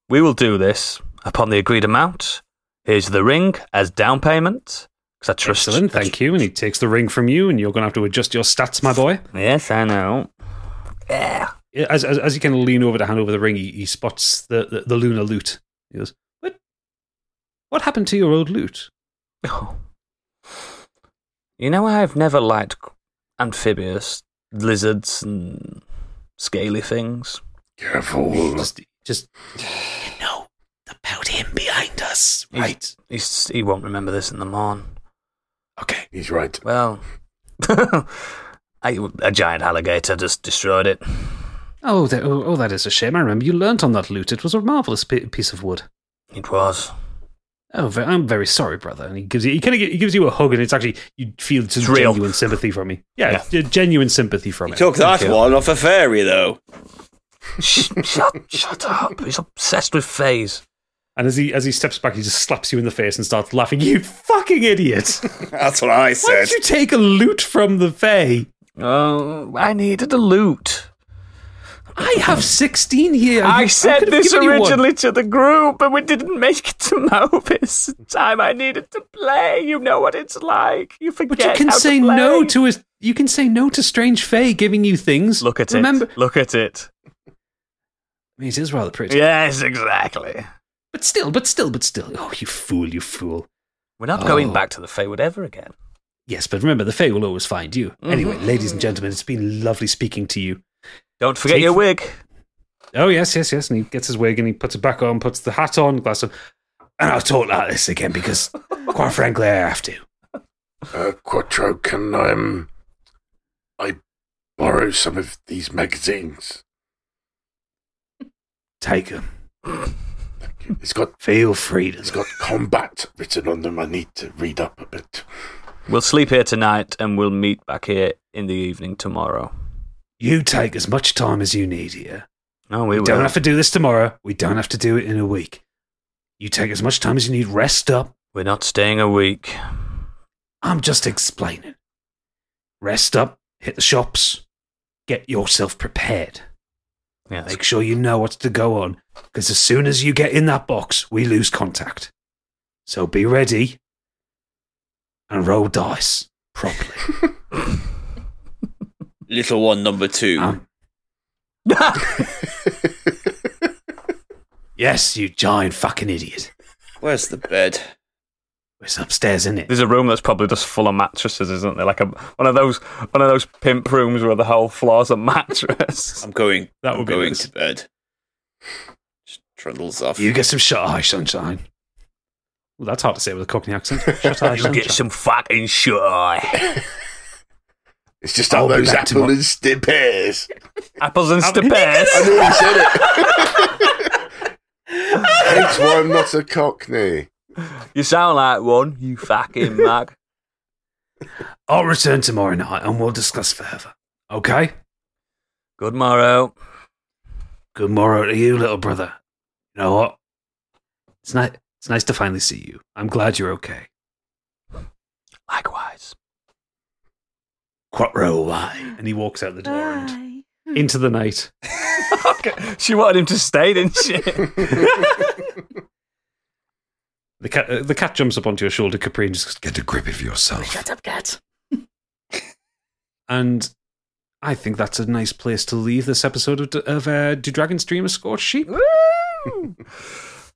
I: we will do this upon the agreed amount. Here's the ring as down payment. Because I trust.
E: Excellent, thank you. And he takes the ring from you, and you're going to have to adjust your stats, my boy.
I: Yes, I know.
E: As, as, as you kind of lean over to hand over the ring, he, he spots the, the, the lunar loot. He goes, What? What happened to your old loot?
I: You know, I've never liked amphibious lizards and scaly things.
H: Careful.
E: Just, just you know about him behind us,
I: He's-
E: right?
I: He's, he won't remember this in the morn.
E: Okay.
H: He's right.
I: Well, I, a giant alligator just destroyed it.
E: Oh, that, oh, oh, that is a shame. I remember you learnt on that loot. It was a marvelous pi piece of wood.
I: It was.
E: Oh, ve- I'm very sorry, brother. And he gives you, he kind of he gives you a hug, and it's actually you feel some
I: real.
E: genuine sympathy from me. Yeah, ge- genuine sympathy from
C: He
E: him.
C: took that
E: Thank you.
C: one off a fairy though.
I: shut, shut up. He's obsessed with phase.
E: And as he as he steps back, he just slaps you in the face and starts laughing. You fucking idiot!
C: That's what I
E: Why
C: said.
E: did you take a loot from the Fae?
I: Oh, I needed a loot.
E: I have 16 here.
I: I
E: You-
I: said
E: could've
I: this
E: given you one.
I: originally to the group, but we didn't make it to Movis in time. I needed to play. You know what it's like. You forget.
E: But you can
I: how to
E: say
I: play.
E: no to a you can say no to strange Faye giving you things. Look
I: at it.
E: Remember, it.
I: Look at it.
E: I mean, it is rather pretty.
I: Yes, exactly.
E: But still, but still, but still. Oh, you fool, you fool.
I: We're not going
E: Oh.
I: back to the Feywood ever again.
E: Yes, but remember, the Fae will always find you. Anyway,
I: Mhm.
E: ladies and gentlemen, it's been lovely speaking to you.
I: Don't forget your wig.
E: Oh, yes, yes, yes. And he gets his wig and he puts it back on, puts the hat on, glass on. And I'll talk like this again because, quite frankly, I have to.
H: Uh, Quattro, can um, I borrow some of these magazines?
L: Take them.
H: It's got
L: feel free.
H: It's got combat written on them. I need to read up a bit.
I: We'll sleep here tonight and we'll meet back here in the evening tomorrow.
L: You take as much time as you need here.
I: No, we,
L: We don't
I: will.
L: have to do this tomorrow. We don't have to do it in a week. You take as much time as you need. Rest up.
I: We're not staying a week.
L: I'm just explaining. Rest up. Hit the shops. Get yourself prepared.
I: Yeah,
L: Make sure you know what's to go on. Because as soon as you get in that box, we lose contact. So be ready and roll dice properly.
C: Little one number two.
E: Ah.
L: yes, you giant fucking idiot.
C: Where's the bed?
L: It's upstairs, isn't it?
I: There's a room that's probably just full of mattresses, isn't there? Like a one of those one of those pimp rooms where the whole floor's a mattress.
C: I'm going.
I: That
C: I'm
I: would be
C: going
I: nice.
C: to bed. Just trundles off.
L: You get some shut eye, sunshine.
E: Well, that's hard to say with a Cockney accent. Shut eye,
I: You
E: shut
I: get
E: eye.
I: some fucking shut eye.
H: It's just all those apple and sti- pears.
I: Apples and
H: Apple-
I: sti- pears.
H: I nearly said it. That's why I'm not a cockney.
I: You sound like one, you fucking mag.
L: I'll return tomorrow night and we'll discuss further. Okay?
I: Good morrow.
L: Good morrow to you, little brother. You know what? It's nice. It's nice to finally see you. I'm glad you're okay.
I: Likewise.
L: Quattro why?
E: And he walks out the door and
K: Hmm.
E: into the night.
I: She wanted him to stay, didn't she?
E: The cat, uh, the cat jumps up onto your shoulder, Capri, and just goes, get a grip of yourself.
F: Shut up, cat.
E: And I think that's a nice place to leave this episode of, of uh, Do Dragons Dream of Scorched Sheep?
I: oh,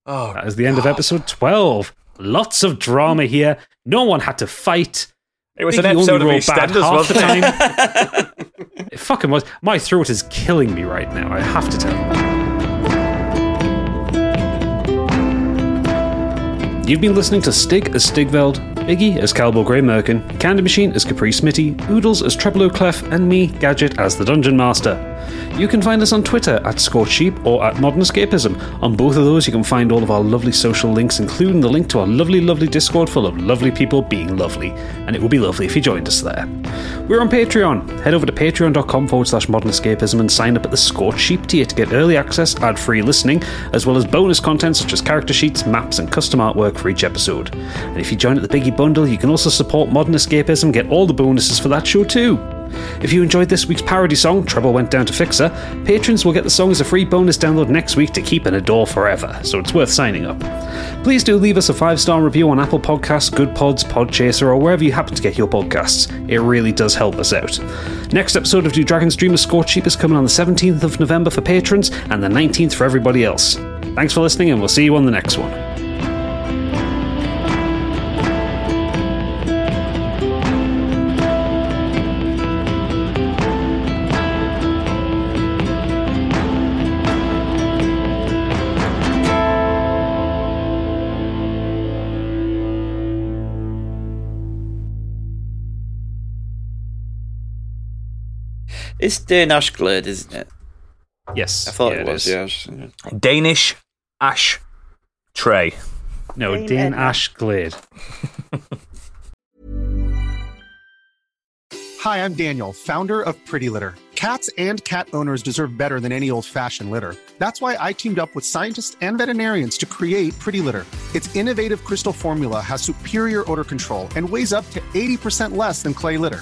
E: that is the end of episode 12. Lots of drama here. No one had to fight.
I: It was
E: Biggie
I: an episode
E: only
I: of
E: rolled bad
I: EastEnders,
E: half the
I: wasn't it?
E: time. It fucking was. My throat is killing me right now. I have to tell you. You've been listening to Stig as Stigveld, Biggie as Calbo Grey Merkin, Candy Machine as Capri Smitty, Oodles as Treblo Clef, and me, Gadget, as the Dungeon Master. You can find us on Twitter at Scorched Sheep or at Modern Escapism. On both of those, you can find all of our lovely social links, including the link to our lovely, lovely Discord full of lovely people being lovely. And it would be lovely if you joined us there. We're on Patreon. Head over to patreon.com forward slash modern escapism and sign up at the Scorched Sheep tier to get early access, ad free listening, as well as bonus content such as character sheets, maps, and custom artwork for each episode. And if you join at the Biggie Bundle, you can also support modern escapism and get all the bonuses for that show too. If you enjoyed this week's parody song, Trouble Went Down to Fixer, patrons will get the song as a free bonus download next week to keep and adore forever, so it's worth signing up. Please do leave us a five star review on Apple Podcasts, Good Pods, Podchaser, or wherever you happen to get your podcasts. It really does help us out. Next episode of Do Dragons Dream of Scorched Sheep is coming on the 17th of November for patrons and the 19th for everybody else. Thanks for listening, and we'll see you on the next one.
C: It's Dane Ashglade, isn't it?
E: Yes.
C: I thought
E: yeah,
C: it
E: it
C: was.
E: is.
C: Yes. Yeah.
I: Danish ash tray.
E: No, Dane Dane Ash Glade.
M: Hi, I'm Daniel, founder of Pretty Litter. Cats and cat owners deserve better than any old fashioned litter. That's why I teamed up with scientists and veterinarians to create Pretty Litter. Its innovative crystal formula has superior odor control and weighs up to 80% less than clay litter.